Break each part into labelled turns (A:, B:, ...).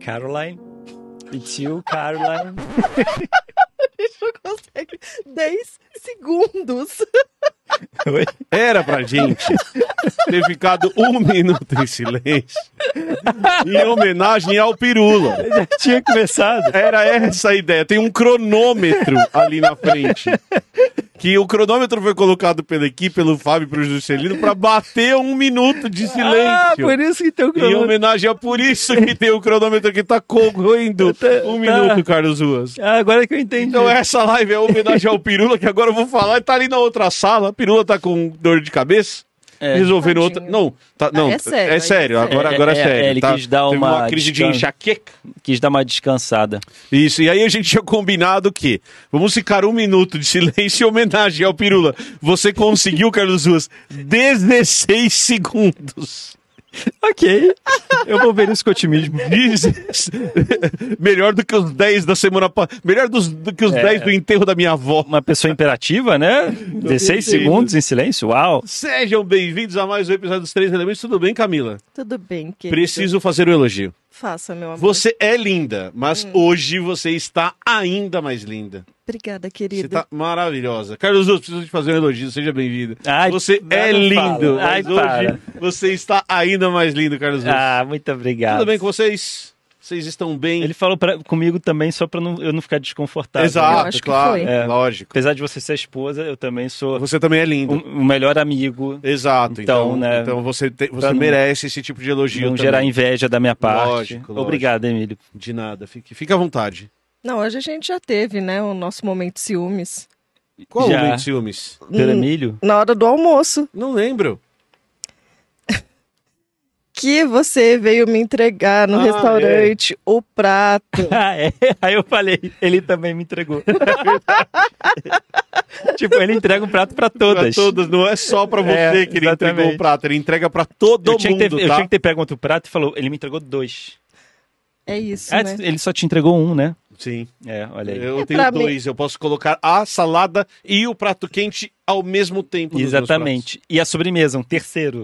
A: Caroline. Tio Caroline.
B: Deixa eu conseguir 10 segundos.
C: Oi? Era pra gente ter ficado um minuto em silêncio em homenagem ao Pirula.
A: Já tinha começado.
C: Era essa a ideia. Tem um cronômetro ali na frente. Que o cronômetro foi colocado pela equipe, pelo Fábio e pelo Juscelino, pra bater um minuto de silêncio.
A: Ah, por isso que tem o
C: Em
A: cronômetro.
C: homenagem a por isso que tem o cronômetro que tá correndo
A: Tá-
C: um
A: tá.
C: minuto, Carlos Ruas.
A: Ah, agora que eu entendi.
C: Então essa live é homenagem ao Pirula, que agora eu vou falar, ele tá ali na outra sala, a Pirula tá com dor de cabeça.
A: É.
C: Resolvendo outra. Não, tá, não,
B: é sério,
C: é
B: aí
C: sério,
B: é sério.
C: agora, agora é,
A: É, é,
C: sério.
A: ele
C: tá?
A: quis dar
C: Teve uma,
A: uma
C: crise de
A: descan-
C: enxaqueca.
A: Quis dar uma descansada.
C: Isso, e aí a gente tinha combinado que vamos ficar um minuto de silêncio em homenagem ao Pirula. Você conseguiu, Carlos Ruas, 16 segundos.
A: Ok. Eu vou ver isso com otimismo.
C: Dezes- Melhor do que os 10 da semana passada. Melhor dos- do que os
A: É.
C: 10 do enterro da minha avó.
A: Uma pessoa imperativa, né? 16
C: entendendo.
A: segundos em silêncio. Uau.
C: Sejam bem-vindos a mais um episódio dos Três Elementos. Tudo bem, Camila?
B: Tudo bem, querido.
C: Preciso fazer um elogio.
B: Faça, meu amor. Hum.
C: Você é linda, mas hoje você está ainda mais linda.
B: Obrigada,
C: Você
B: querido.
C: está maravilhosa. Carlos Luz, preciso te fazer um elogio. Seja bem-vindo.
A: Ai,
C: Você
A: não
C: é
A: fala.
C: lindo,
A: Ai,
C: mas hoje
A: para.
C: você está ainda mais lindo, Carlos Luz.
A: Ah, muito obrigado.
C: Tudo bem com vocês? Vocês estão bem?
A: Ele falou pra, comigo também só pra não- eu não ficar desconfortável.
B: Eu
C: Exato,
B: acho que
C: claro.
B: foi.
A: É.
C: Lógico.
A: Apesar de você ser esposa, eu também sou
C: Você também é
A: o
C: lindo.
A: o melhor amigo.
C: Exato. Então,
A: Um Então,
C: então,
A: né,
C: você, te- você
A: pra não-
C: merece esse tipo de elogio
A: Não
C: também.
A: gerar inveja da minha parte.
C: Lógico, lógico.
A: Obrigado, Emílio.
C: De nada. Fique, fique à vontade.
B: Não, hoje a gente já teve, né, o nosso momento ciúmes.
C: Qual o
A: Já.
C: momento de ciúmes?
A: Pelo
B: Hum.
A: Emílio?
B: Na hora do almoço,
C: Não lembro.
B: que você veio me entregar no
C: Ah,
B: restaurante o prato.
A: Ah, é. Aí eu falei, ele também me entregou. É tipo, ele entrega um prato pra todas.
C: Pra todas, não é só pra você
A: É,
C: que ele
A: exatamente.
C: entregou o prato, ele entrega pra todo
A: Eu tinha,
C: mundo,
A: que ter, eu
C: tá?
A: tinha que ter pego outro prato e falou, ele me entregou dois.
B: É isso,
A: Ah,
C: assim.
B: né?
A: ele só te entregou um, né?
C: Sim,
A: É, olha aí.
C: eu
B: É
C: tenho
B: pra
C: dois, eu posso colocar a salada e o prato quente ao mesmo tempo. nos um meus É.
A: Exatamente. E a sobremesa, um terceiro.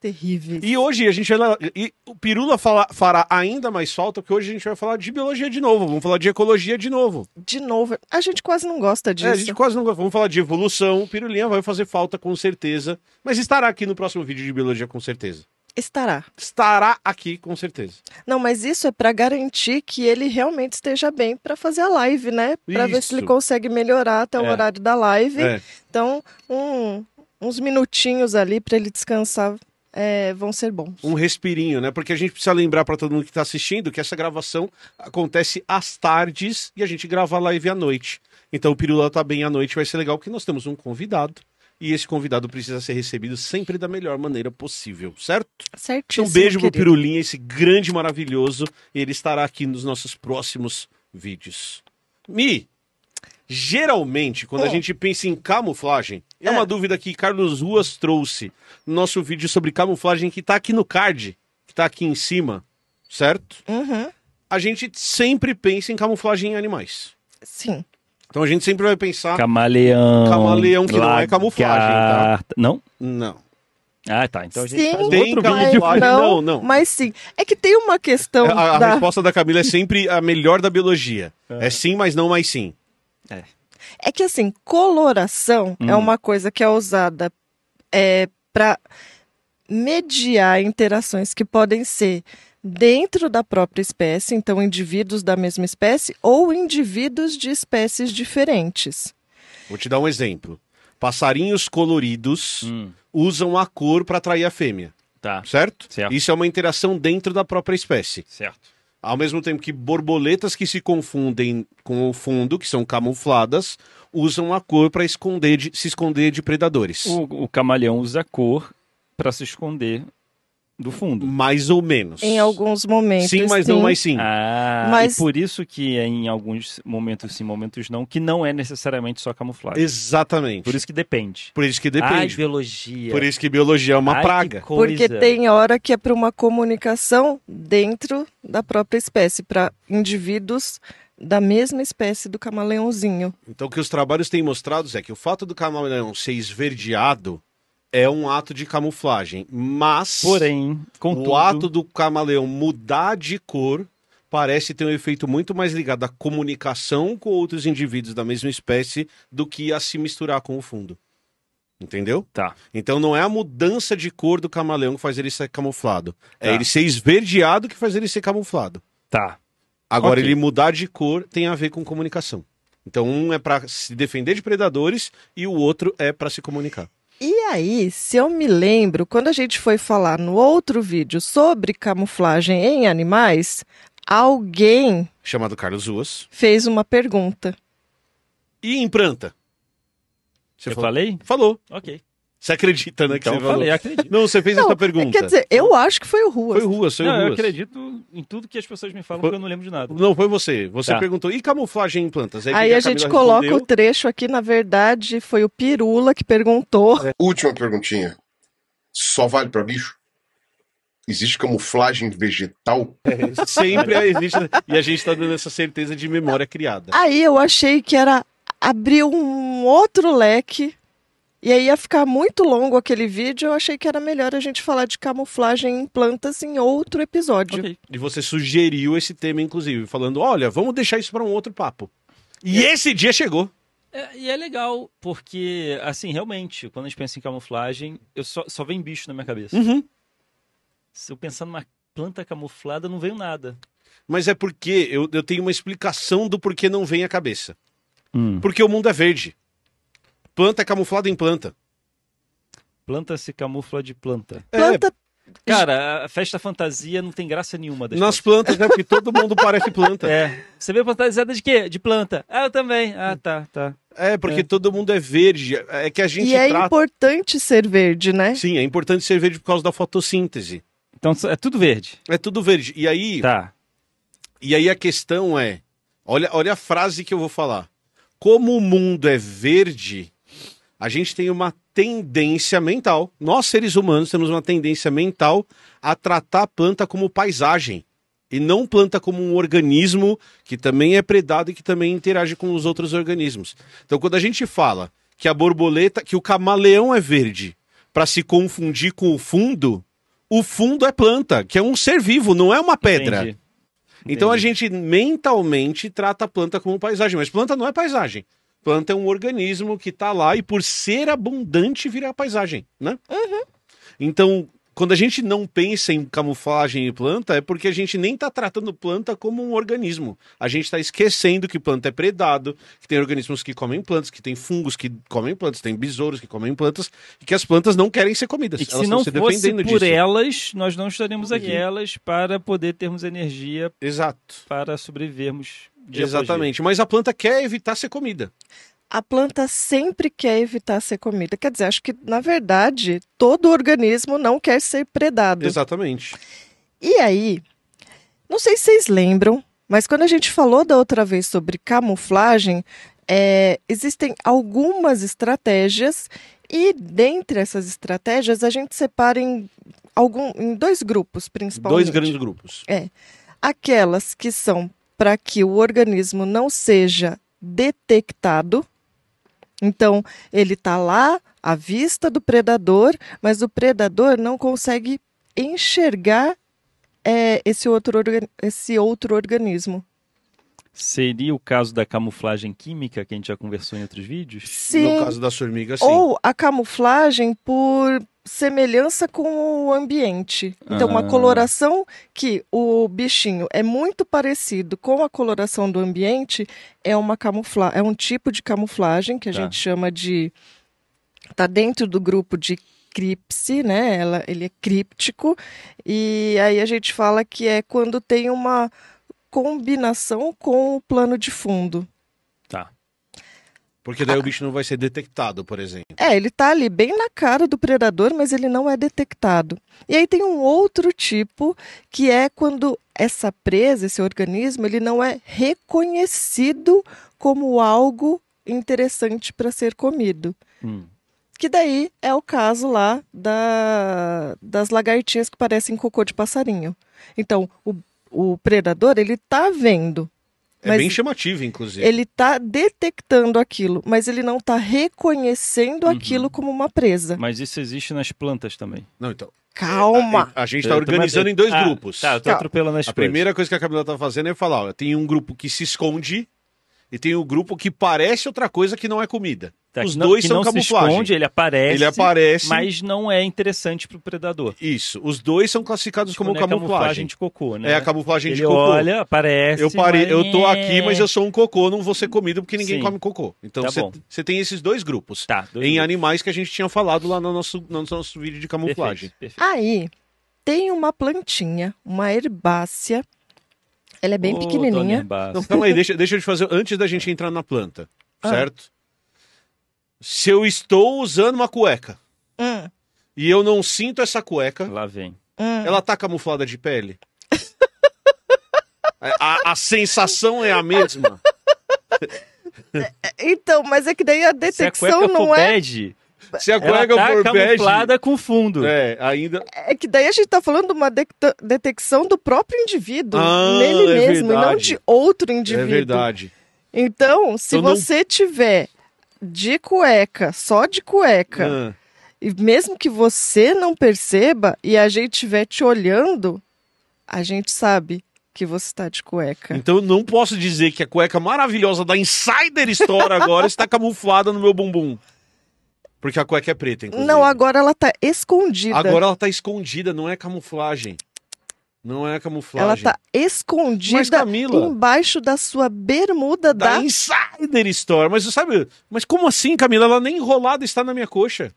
B: Terrível.
C: pratos. E hoje a gente vai... E o Pirula fala- fará ainda mais falta, porque hoje a gente vai falar de biologia de novo, vamos falar de ecologia de novo.
B: De novo, a gente quase não gosta
C: É,
B: disso.
C: a gente quase não... Vamos falar de evolução, o Pirulinha vai fazer falta com certeza, mas estará aqui no próximo vídeo de biologia com certeza.
B: Estará.
C: Estará aqui com certeza.
B: Não, mas isso é pra garantir que ele realmente esteja bem pra fazer a live, né? Pra ver se
C: Isso.
B: ele consegue melhorar até o
C: É.
B: horário da live.
C: É.
B: Então, um- uns minutinhos ali pra ele descansar é, vão ser bons.
C: um respirinho, né? Porque a gente precisa lembrar para todo mundo que está assistindo que essa gravação acontece às tardes e a gente grava a live à noite. Então o Pirula tá bem à noite, vai ser legal porque nós temos um convidado e esse convidado precisa ser recebido sempre da melhor maneira possível, certo? Então
B: Certíssimo.
C: um beijo pro
B: querido.
C: Pirulinha, esse grande maravilhoso, e ele estará aqui nos nossos próximos vídeos. Mi, geralmente, quando a
B: Hum.
C: gente pensa em camuflagem, é,
B: É.
C: uma dúvida que Carlos Ruas trouxe no nosso vídeo sobre camuflagem que tá aqui no card, que tá aqui em cima, certo?
B: Uhum,
C: A gente sempre pensa em camuflagem em animais.
B: Sim.
C: Então a gente sempre vai pensar.
A: Camaleão.
C: Camaleão, que não é
A: lagarta-
C: camuflagem, tá?
A: Não?
C: Não.
A: Ah, tá. Então a gente
B: Sim,
A: faz um
C: Tem
A: outro
C: camaleão.
A: vídeo.
C: Mas não,
B: não,
C: não.
B: Mas sim. É que tem uma questão
C: a a
B: da...
C: resposta da Camila é sempre a melhor da biologia. É, sim, mas não mais sim.
B: É que assim, coloração
C: Hum.
B: é uma coisa que é usada é, para mediar interações que podem ser dentro da própria espécie, então indivíduos da mesma espécie, ou indivíduos de espécies diferentes.
C: Vou te dar um exemplo. Passarinhos coloridos usam a cor para atrair a fêmea,
A: Hum, Tá,
C: certo?
A: Certo.
C: Isso é uma interação dentro da própria espécie.
A: certo.
C: Ao mesmo tempo que borboletas que se confundem com o fundo, que são camufladas, usam a cor para esconder de- se esconder de predadores.
A: O, o camaleão usa cor pra se esconder do fundo.
C: Mais ou menos.
B: Em alguns momentos.
C: Sim, mas não, mas sim.
A: Ah,
B: Mas-
A: e por isso que é em alguns momentos sim, momentos não, que não é necessariamente só camuflagem.
C: Exatamente.
A: Por isso que depende.
C: Por isso que
A: Ai,
C: depende.
A: biologia.
C: Por isso que biologia é uma
A: Ai, que
C: praga.
A: coisa.
B: Porque tem hora que é para uma comunicação dentro da própria espécie, para indivíduos da mesma espécie do camaleãozinho.
C: Então, o que os trabalhos têm mostrado é que o fato do camaleão ser esverdeado é um ato de camuflagem. Mas
A: Porém, contudo...
C: o ato do camaleão mudar de cor parece ter um efeito muito mais ligado à comunicação com outros indivíduos da mesma espécie do que a se misturar com o fundo. Entendeu?
A: Tá.
C: Então não é a mudança de cor do camaleão que faz ele ser camuflado. É
A: Tá.
C: ele ser esverdeado que faz ele ser camuflado.
A: Tá.
C: Agora,
A: Ok.
C: ele mudar de cor tem a ver com comunicação. Então, um é pra se defender de predadores e o outro é pra se comunicar.
B: E aí, se eu me lembro, quando a gente foi falar no outro vídeo sobre camuflagem em animais, alguém
C: Chamado Carlos Ruas.
B: fez uma pergunta.
C: E em planta? Você
A: eu
C: falou?
A: falei?
C: Falou.
A: Ok.
C: Você acredita, né? Que
A: Então
C: você
A: eu falei,
C: falou.
A: acredito.
C: Não, você fez
B: Não, é
C: essa pergunta.
B: Quer dizer, eu acho que foi o Ruas.
C: Foi Ruas, foi
A: Não, eu
C: Ruas.
A: acredito em tudo que as pessoas me falam,
C: Foi-
A: porque eu não lembro de nada.
C: Não, foi você. Você
A: Tá.
C: perguntou. E camuflagem em plantas? o né, que
B: Aí
C: que
B: a gente
C: Camila
B: coloca o
C: respondeu?
B: trecho aqui, na verdade, foi o Pirula que perguntou.
C: É.
D: Última perguntinha. Só vale pra bicho? Existe camuflagem vegetal?
C: Sempre existe. E a gente tá dando essa certeza de memória criada.
B: Aí eu achei que era abrir um outro leque. E aí ia ficar muito longo aquele vídeo, eu achei que era melhor a gente falar de camuflagem em plantas em outro episódio.
A: Ok.
C: E você sugeriu esse tema, inclusive, falando: olha, vamos deixar isso pra um outro papo. E esse dia chegou.
A: É, e é legal, porque, assim, realmente, quando a gente pensa em camuflagem, eu só, só vem bicho na minha cabeça.
C: Uhum.
A: Se eu pensar numa planta camuflada, não veio nada.
C: Mas é porque eu, eu tenho uma explicação do porquê não vem à cabeça. Porque o mundo é verde. Planta é camuflada em planta.
A: Planta se camufla de planta.
B: Planta
C: É,
A: Cara, a festa fantasia não tem graça nenhuma. das
C: Nas plantas, né? Porque todo mundo parece planta. É,
A: É. Você veio fantasiada de quê? De planta. Ah, eu também. Ah, tá, tá.
C: porque todo mundo é verde. É que a gente
B: E é
C: trata.
B: importante ser verde, né?
C: Sim, é importante ser verde por causa da fotossíntese.
A: Então é tudo verde.
C: É tudo verde. E aí,
A: Tá.
C: e aí a questão é: olha, olha a frase que eu vou falar. Como o mundo é verde, a gente tem uma tendência mental. Nós, seres humanos, temos uma tendência mental a tratar a planta como paisagem. E não planta como um organismo que também é predado e que também interage com os outros organismos. Então, quando a gente fala que a borboleta, que o camaleão é verde, para se confundir com o fundo, o fundo é planta, que é um ser vivo, não é uma pedra.
A: Entendi.
C: Então a
A: Entendi.
C: gente mentalmente trata a planta como paisagem, mas planta não é paisagem. Planta é um organismo que está lá e por ser abundante vira paisagem, né?
A: Uhum.
C: Então, quando a gente não pensa em camuflagem e planta, é porque a gente nem está tratando planta como um organismo. A gente está esquecendo que planta é predado, que tem organismos que comem plantas, que tem fungos que comem plantas, tem besouros que comem plantas, e que as plantas não querem ser comidas.
A: E que
C: elas
A: se não
C: estão se
A: fosse
C: defendendo
A: por
C: disso.
A: elas, nós não estaríamos aqui. Elas para poder termos energia
C: Exato.
A: para sobrevivermos. dia após dia.
C: Exatamente. Mas a planta quer evitar ser comida.
B: A planta sempre quer evitar ser comida. Quer dizer, acho que, na verdade, todo organismo não quer ser predado.
C: Exatamente.
B: E aí, não sei se vocês lembram, mas quando a gente falou da outra vez sobre camuflagem, é, existem algumas estratégias e dentre essas estratégias a gente separa em, algum, em dois grupos, principalmente.
C: Dois grandes grupos.
B: aquelas que são para que o organismo não seja detectado. Então, ele está lá à vista do predador, mas o predador não consegue enxergar eh, esse, outro orga- esse outro organismo.
A: Seria o caso da camuflagem química que a gente já conversou em outros vídeos?
B: Sim,
C: No caso das formigas, sim.
B: ou a camuflagem por semelhança com o ambiente. Então, uma
A: Ah.
B: coloração que o bichinho é muito parecido com a coloração do ambiente é uma camufla é um tipo de camuflagem que a
A: Tá.
B: gente chama de tá dentro do grupo de cripse, né? Ela, ele é críptico e aí a gente fala que é quando tem uma combinação com o plano de fundo.
A: Tá.
C: Porque daí o bicho não vai ser detectado, por exemplo.
B: É, ele tá ali bem na cara do predador, mas ele não é detectado. E aí tem um outro tipo, que é quando essa presa, esse organismo, ele não é reconhecido como algo interessante para ser comido.
A: Hum.
B: Que daí é o caso lá da- das lagartinhas que parecem cocô de passarinho. Então, o, o predador, ele tá vendo,
C: É
B: Mas-
C: bem chamativo, inclusive.
B: ele tá detectando aquilo, mas ele não tá reconhecendo
C: Uhum.
B: aquilo como uma presa.
A: Mas isso existe nas plantas também.
C: Não, então.
B: Calma.
C: A, a gente
A: Eu
C: tá
A: tô-
C: organizando em dois
A: Ah,
C: grupos.
A: Tá, eu tô
B: Tá.
A: atropelando as coisas.
C: A primeira coisa que a Camila tá fazendo é falar: ó, tem um grupo que se esconde e tem um grupo que parece outra coisa que não é comida.
A: Tá,
C: Os
A: que não-
C: dois
A: que
C: são
A: não
C: camuflagem.
A: Se esconde, ele aparece.
C: Ele aparece.
A: Mas não é interessante pro predador.
C: Isso. Os dois são classificados como
A: Não é
C: camuflagem.
A: de cocô, né?
C: É a camuflagem
A: ele
C: de cocô.
A: olha, assim, aparece.
C: eu parei,
A: mas-
C: eu tô aqui, mas eu sou um cocô, não vou ser comido porque
A: é."
C: ninguém
A: Sim.
C: come cocô. Então
A: Tá
C: você
A: bom.
C: você tem esses dois grupos.
A: Tá, dois
C: em
A: grupos.
C: animais que a gente tinha falado lá no nosso, no nosso vídeo de camuflagem.
A: Perfeito, perfeito.
B: Aí tem uma plantinha, uma herbácea. Ela é bem
A: Ô, Dona
B: pequenininha.
A: Herbácea.
C: Não, calma aí, deixa, deixa eu te fazer. Antes da gente entrar na planta,
B: Ah.
C: certo? Se eu estou usando uma cueca
B: Hum,
C: e eu não sinto essa cueca,
A: Lá vem.
B: hum.
C: ela tá camuflada de pele? É, a, a sensação é a mesma?
B: Então, mas é que daí a
A: Se a
B: detecção
A: cueca
B: não
A: for
B: é.
A: bad,
C: Se a
A: ela
C: cueca
A: tá
C: for bege,
A: camuflada com fundo.
C: é, ainda.
B: É que daí a gente tá falando de uma detecta- detecção do próprio indivíduo,
C: Ah,
B: nele
C: é
B: mesmo, e não
C: verdade.
B: de outro
C: É
B: indivíduo.
C: verdade.
B: Então, se
C: Então não-
B: você tiver de cueca, só de cueca,
C: Ah.
B: e mesmo que você não perceba e a gente estiver te olhando, a gente sabe que você tá de cueca.
C: Então eu não posso dizer que a cueca maravilhosa da Insider Store agora está camuflada no meu bumbum. Porque a cueca é preta, inclusive.
B: Não, agora ela tá escondida.
C: Agora ela tá escondida, não é camuflagem. Não é
B: ela
C: camuflagem.
B: tá
C: Mas
B: escondida
C: Camila,
B: embaixo da sua bermuda
C: da
B: da.
C: Tá Insider Store, mas você sabe, mas como assim, Camila? Ela nem enrolada está na minha coxa.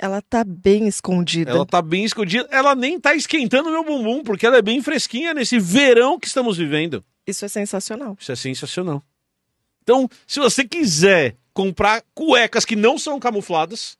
B: Ela tá bem escondida.
C: Ela tá bem escondida, ela nem tá esquentando meu bumbum, porque ela é bem fresquinha nesse verão que estamos vivendo.
B: Isso é sensacional.
C: Isso é sensacional. Então, se você quiser comprar cuecas que não são camufladas,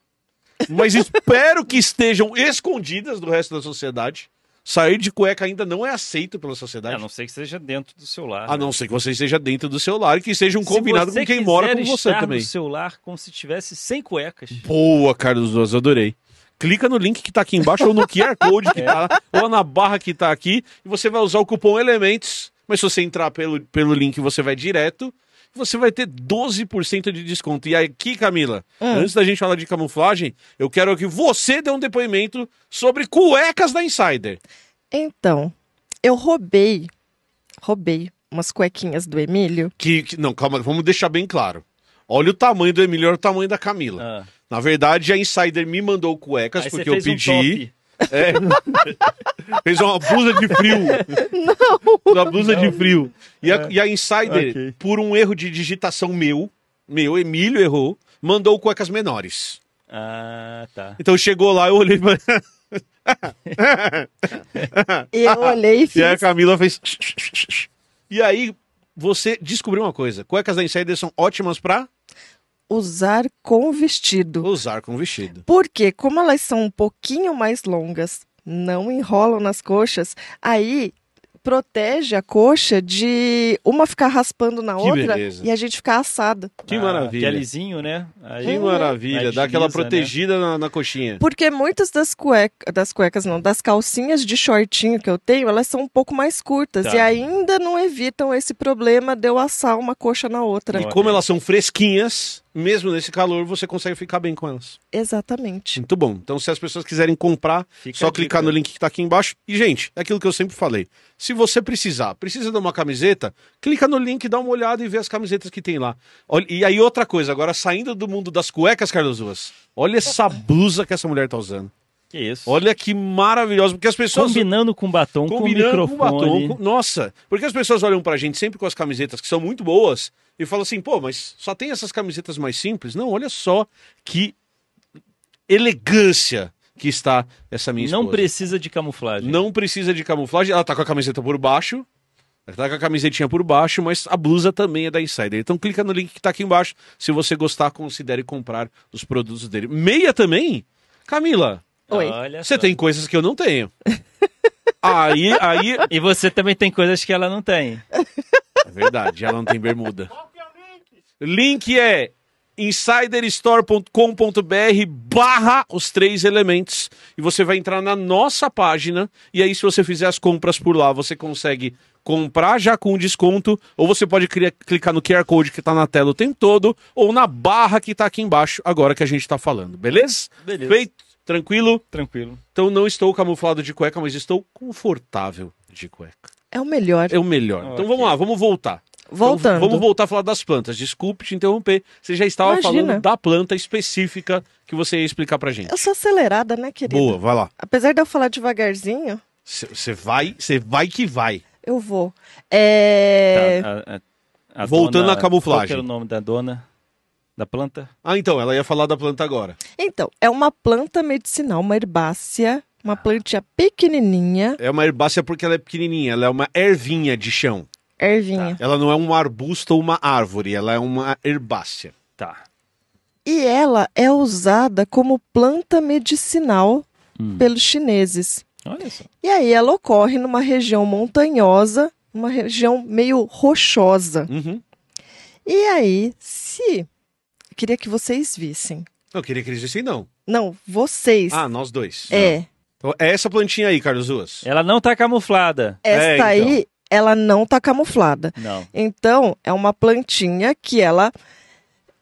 C: mas espero que estejam escondidas do resto da sociedade, sair de cueca ainda não é aceito pela sociedade.
A: A não né? ser que seja dentro do seu lar.
C: A Ah, não ser que você esteja dentro do seu lar e que seja um combinado com quem mora com você também.
A: no seu lar como se tivesse sem cuecas.
C: Boa, Carlos Duas, adorei. Clica no link que tá aqui embaixo, ou no QR Code que tá,
A: É.
C: ou na barra que tá aqui, e você vai usar o cupom Elementos. Mas se você entrar pelo, pelo link, você vai direto, você vai ter 12% de desconto. E aqui, Camila,
A: Ah.
C: antes da gente falar de camuflagem, eu quero que você dê um depoimento sobre cuecas da Insider.
B: Então, eu roubei. Roubei umas cuequinhas do Emílio.
C: Que, que- não, calma, vamos deixar bem claro. Olha o tamanho do Emílio, olha o tamanho da Camila.
A: Ah.
C: Na verdade, a Insider me mandou cuecas
A: Aí você
C: porque eu
A: fez um
C: pedi.
A: top.
C: É. Fez uma blusa de frio. Não. É. Uma blusa de frio. E a, e a Insider,
A: Ok.
C: por um erro de digitação meu, meu, Emílio errou, mandou cuecas menores.
A: Ah, tá.
C: Então chegou lá, eu olhei e falei-
B: Eu olhei e
C: e aí a
B: fiz.
C: Camila fez... E aí você descobriu uma coisa. Cuecas da Insider são ótimas pra
B: Usar com vestido.
C: usar com vestido.
B: Porque, como elas são um pouquinho mais longas, não enrolam nas coxas, aí protege a coxa de uma ficar raspando na
C: Que
B: outra
C: beleza.
B: e a gente ficar assado.
C: Que
A: Ah,
C: maravilha.
A: Pelezinho, né? Aí-
C: Que maravilha.
A: Mas
C: Dá aquela
A: desliza, né?
C: protegida na, na coxinha.
B: Porque muitas das cuecas, das cuecas não, das calcinhas de shortinho que eu tenho, elas são um pouco mais curtas
A: Tá.
B: e ainda não evitam esse problema de eu assar uma coxa na outra.
C: E como elas são fresquinhas, mesmo nesse calor, você consegue ficar bem com elas.
B: Exatamente.
C: Muito bom. Então, se as pessoas quiserem comprar,
A: Fica a
C: só
A: dica.
C: clicar no link que tá aqui embaixo. E, gente, é aquilo que eu sempre falei. Se você precisar, precisa de uma camiseta, clica no link, dá uma olhada e vê as camisetas que tem lá. Olha- E aí, outra coisa, agora saindo do mundo das cuecas, Carlos Ruas, olha essa blusa que essa mulher tá usando.
A: Que isso.
C: Olha que maravilhosa, porque as pessoas.
A: Combinando Um com batom,
C: Combinando
A: com
C: com
A: microfone.
C: batom. com- Nossa, porque as pessoas olham pra gente sempre com as camisetas que são muito boas e falam assim, pô, mas só tem essas camisetas mais simples? Não, olha só que elegância que está essa minha esposa.
A: Não precisa de camuflagem.
C: Não precisa de camuflagem. Ela tá com a camiseta por baixo. Ela tá com a camisetinha por baixo, mas a blusa também é da Insider. Então clica no link que tá aqui embaixo. Se você gostar, considere comprar os produtos dele. Meia também? Camila,
B: Oi.
A: Olha
C: você
A: só.
C: tem coisas que eu não tenho. aí, aí.
A: E você também tem coisas que ela não tem.
C: É verdade, ela não tem bermuda. Link é insiderstore.com.br barra os três elementos e você vai entrar na nossa página e aí se você fizer as compras por lá você consegue comprar já com desconto ou você pode cri- clicar no QR Code que tá na tela o tempo todo ou na barra que tá aqui embaixo agora que a gente tá falando, beleza?
A: Beleza.
C: Feito? Tranquilo?
A: Tranquilo.
C: Então não estou camuflado de cueca, mas estou confortável de cueca.
B: É o melhor.
C: É o melhor. Então vamos lá, vamos voltar.
B: Voltando.
C: Então, vamos voltar a falar das plantas. Desculpe te interromper. Você já estava
B: Imagina.
C: falando da planta específica que você ia explicar pra gente.
B: Eu sou acelerada, né, querida?
C: Boa, vai lá.
B: Apesar de eu falar devagarzinho,
C: Você vai, você vai que vai.
B: eu vou. É...
A: Tá, a- a- a
C: Voltando
A: dona-
C: à camuflagem.
A: Qual que era o nome da dona? Da planta?
C: Ah, então, ela ia falar da planta agora.
B: Então, é uma planta medicinal, uma herbácea, uma plantinha pequenininha,
C: É uma herbácea porque ela é pequenininha, ela é uma ervinha de chão.
B: ervinha.
A: Tá.
C: Ela não é um arbusto ou uma árvore, ela é uma herbácea.
A: Tá.
B: E ela é usada como planta medicinal
A: Hum.
B: pelos chineses.
A: Olha só.
B: E aí ela ocorre numa região montanhosa, uma região meio rochosa.
C: Uhum.
B: E aí, se queria que vocês vissem.
C: Eu queria que eles dissessem não.
B: Não, vocês.
C: Ah, nós dois.
B: é.
C: Então, é essa plantinha aí, Carlos Ruas.
A: Ela não tá camuflada.
B: Esta
C: então.
B: aí, ela não tá camuflada.
A: Não.
B: Então, é uma plantinha que ela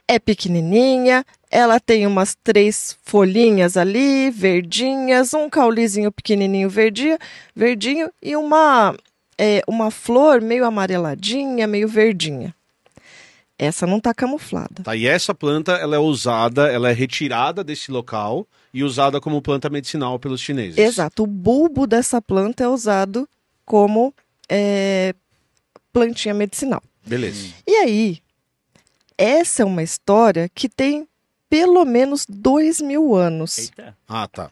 B: é pequenininha, ela tem umas três folhinhas ali, verdinhas, um caulizinho pequenininho verdinho, verdinho e uma, é, uma flor meio amareladinha, meio verdinha. Essa não tá camuflada.
C: Tá, e essa planta ela é usada, ela é retirada desse local e usada como planta medicinal pelos chineses.
B: Exato. O bulbo dessa planta é usado como é, plantinha medicinal.
C: Beleza.
B: E aí, essa é uma história que tem pelo menos dois mil anos
A: Eita.
C: Ah, tá.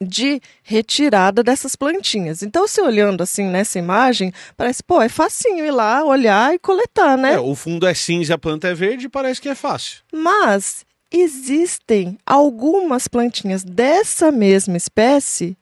B: de retirada dessas plantinhas. Então, se olhando assim nessa imagem, parece, pô, é facinho ir lá, olhar e coletar, né?
C: É, o fundo é cinza, a planta é verde, parece que é fácil.
B: Mas existem algumas plantinhas dessa mesma espécie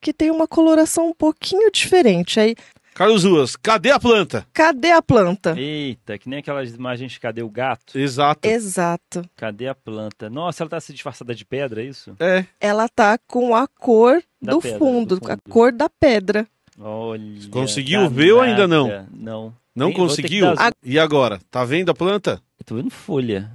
B: que tem uma coloração um pouquinho diferente. Aí,
C: Carlos Ruas, cadê a planta?
B: cadê a planta?
A: Eita, que nem aquelas imagens de cadê o gato?
C: Exato.
B: É. Exato.
A: Cadê a planta? Nossa, ela tá se disfarçada de pedra, é isso?
C: É.
B: Ela tá com a cor
A: Da
B: do,
A: pedra,
B: fundo,
A: do
B: a
A: fundo.
B: cor da pedra.
A: Olha.
C: Conseguiu ver ou ainda não?
A: danada. Não.
C: Não
A: Sim, vou ter que
C: conseguiu?
A: dar-
C: Ah, E agora? Tá vendo a planta?
A: Eu tô vendo folha.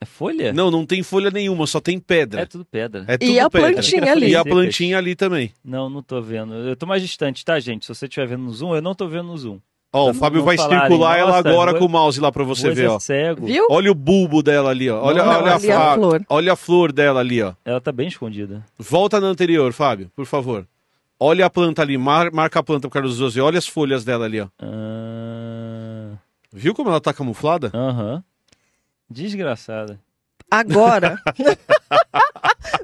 A: É folha?
C: Não, não tem folha nenhuma, só tem
A: É
C: pedra.
A: tudo pedra.
C: É, tudo
B: E a
C: pedra.
B: plantinha ali.
C: E a plantinha ali também.
A: Não, não tô vendo. Eu tô mais distante, tá, gente? Se você estiver vendo no zoom, eu não tô vendo no zoom.
C: Ó, o
A: Pra
C: Fábio
A: não
C: vai
A: falarem,
C: circular ela
A: "Nossa,
C: agora
A: vou-
C: com o mouse lá pra você
A: Pois
C: ver,
A: é
C: ó.
A: cego.
B: Viu?
C: Olha o bulbo dela ali, ó. Olha,
A: Não,
C: olha,
B: ali é
C: a,
B: a
C: fa-
B: flor.
C: olha a flor dela ali, ó.
A: Ela tá bem escondida.
C: Volta na anterior, Fábio, por favor. Olha a planta ali, mar- marca a planta pro Carlos Zozzi. Olha as folhas dela ali, ó.
A: Ah,
C: Viu como ela tá camuflada?
A: Aham. Desgraçada.
B: Agora,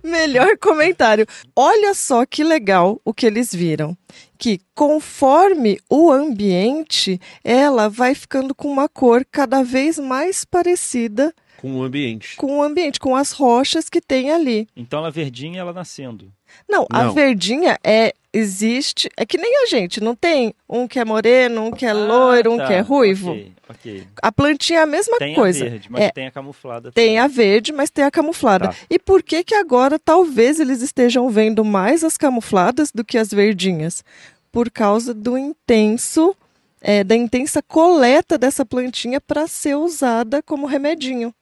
B: melhor comentário. Olha só que legal o que eles viram. Que conforme o ambiente, ela vai ficando com uma cor cada vez mais parecida
C: Com o ambiente.
B: com o ambiente, com as rochas que tem ali.
A: Então ela verdinha, ela nascendo.
B: Não, a
C: Não.
B: verdinha é existe, é que nem a gente, não tem um que é moreno, um que é
A: Ah,
B: loiro, um
A: tá.
B: que é ruivo.
A: Ok, ok.
B: A plantinha é a mesma
A: Tem
B: coisa.
A: a verde, mas
B: É.
A: tem a camuflada.
B: Tem a
A: também.
B: verde, mas tem a camuflada.
A: Tá.
B: E por que que agora talvez eles estejam vendo mais as camufladas do que as verdinhas? Por causa do intenso, é, da intensa coleta dessa plantinha para ser usada como remedinho.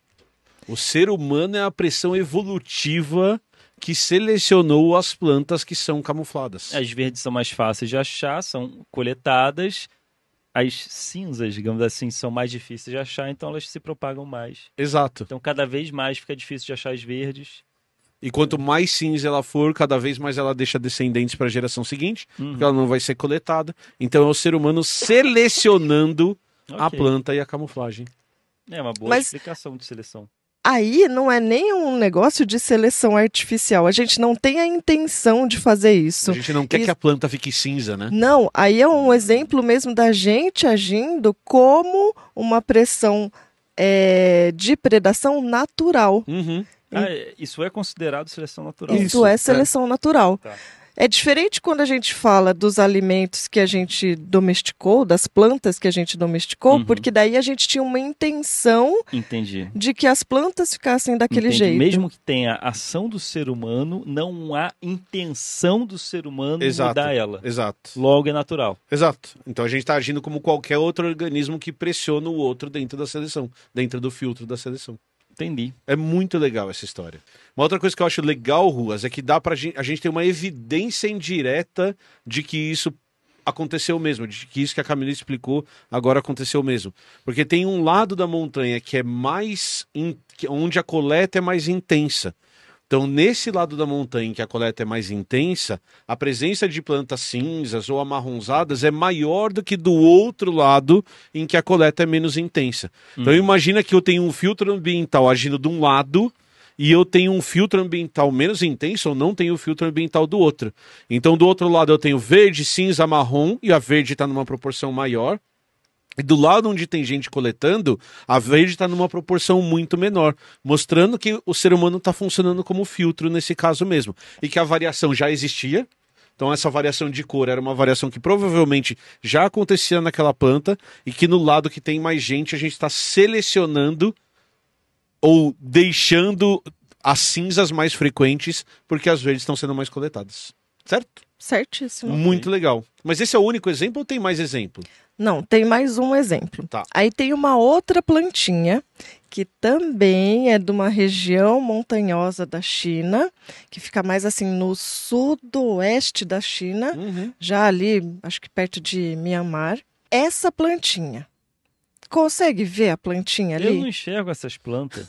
C: O ser humano é a pressão evolutiva que selecionou as plantas que são camufladas.
A: As verdes são mais fáceis de achar, são coletadas. As cinzas, digamos assim, são mais difíceis de achar, então elas se propagam mais.
C: Exato.
A: Então cada vez mais fica difícil de achar as verdes.
C: E quanto mais cinza ela for, cada vez mais ela deixa descendentes para a geração seguinte,
A: Uhum.
C: porque ela não vai ser coletada. Então é o ser humano selecionando a
A: Ok.
C: planta e a camuflagem.
A: É uma boa
B: Mas-
A: explicação de seleção.
B: Aí não é nem um negócio de seleção artificial. A gente não tem a intenção de fazer isso.
C: A gente não quer
B: Isso-
C: que a planta fique cinza, né?
B: Não, aí é um exemplo mesmo da gente agindo como uma pressão é, de predação natural.
C: Uhum.
A: Ah, é- isso é considerado seleção natural.
B: Isso,
C: Isso,
B: é seleção natural.
A: Tá.
B: É diferente quando a gente fala dos alimentos que a gente domesticou, das plantas que a gente domesticou,
A: Uhum.
B: porque daí a gente tinha uma intenção
A: Entendi.
B: de que as plantas ficassem daquele
A: Entendi.
B: jeito.
A: Mesmo que tenha ação do ser humano, não há intenção do ser humano
C: Exato.
A: mudar ela.
C: Exato.
A: Logo é natural.
C: Exato. Então a gente está agindo como qualquer outro organismo que pressiona o outro dentro da seleção, dentro do filtro da seleção.
A: Entendi.
C: É muito legal essa história. Uma outra coisa que eu acho legal, Ruas, é que dá pra gente. A gente tem uma evidência indireta de que isso aconteceu mesmo, de que isso que a Camila explicou agora aconteceu mesmo. Porque tem um lado da montanha que é mais. in- que- onde a coleta é mais intensa. Então, nesse lado da montanha em que a coleta é mais intensa, a presença de plantas cinzas ou amarronzadas é maior do que do outro lado em que a coleta é menos intensa. Então imagina que eu tenho um filtro ambiental agindo de um lado e eu tenho um filtro ambiental menos intenso ou não tenho o filtro ambiental do outro. Então do outro lado eu tenho verde, cinza, marrom e a verde está numa proporção maior. E do lado onde tem gente coletando, a verde está numa proporção muito menor, mostrando que o ser humano está funcionando como filtro nesse caso mesmo. E que a variação já existia. Então, essa variação de cor era uma variação que provavelmente já acontecia naquela planta e que no lado que tem mais gente, a gente está selecionando ou deixando as cinzas mais frequentes porque as verdes estão sendo mais coletadas. Certo?
B: Certíssimo.
A: Uhum.
C: Muito legal. Mas esse é o único exemplo ou tem mais exemplo?
B: Não, tem mais um exemplo.
C: Tá.
B: Aí tem uma outra plantinha que também é de uma região montanhosa da China, que fica mais assim no sudoeste da China,
C: Uhum.
B: já ali, acho que perto de Myanmar. Essa plantinha. Consegue ver a plantinha
A: Eu não
B: É ali?
A: enxergo essas plantas.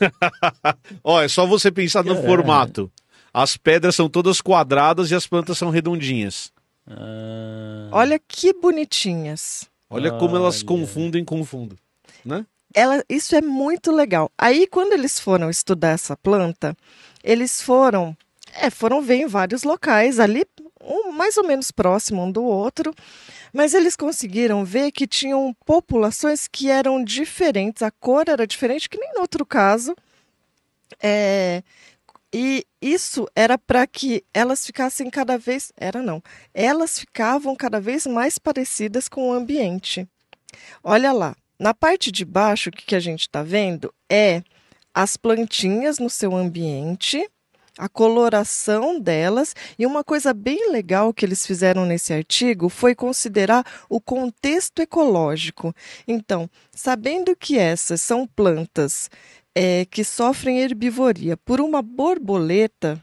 C: Ó, é só você pensar no
A: Caralho.
C: formato. As pedras são todas quadradas e as plantas são redondinhas.
A: Ah,
B: Olha que bonitinhas.
C: Olha como elas
A: Olha.
C: confundem, confundem. Né?
B: Ela, isso é muito legal. Aí, quando eles foram estudar essa planta, eles foram, é, foram ver em vários locais ali, um, mais ou menos próximo um do outro, mas eles conseguiram ver que tinham populações que eram diferentes, a cor era diferente, que nem no outro caso. É, e isso era para que elas ficassem cada vez, era não, elas ficavam cada vez mais parecidas com o ambiente. Olha lá, na parte de baixo, o que, que a gente está vendo é as plantinhas no seu ambiente, a coloração delas, e uma coisa bem legal que eles fizeram nesse artigo foi considerar o contexto ecológico. Então, sabendo que essas são plantas eh, que sofrem herbivoria por uma borboleta,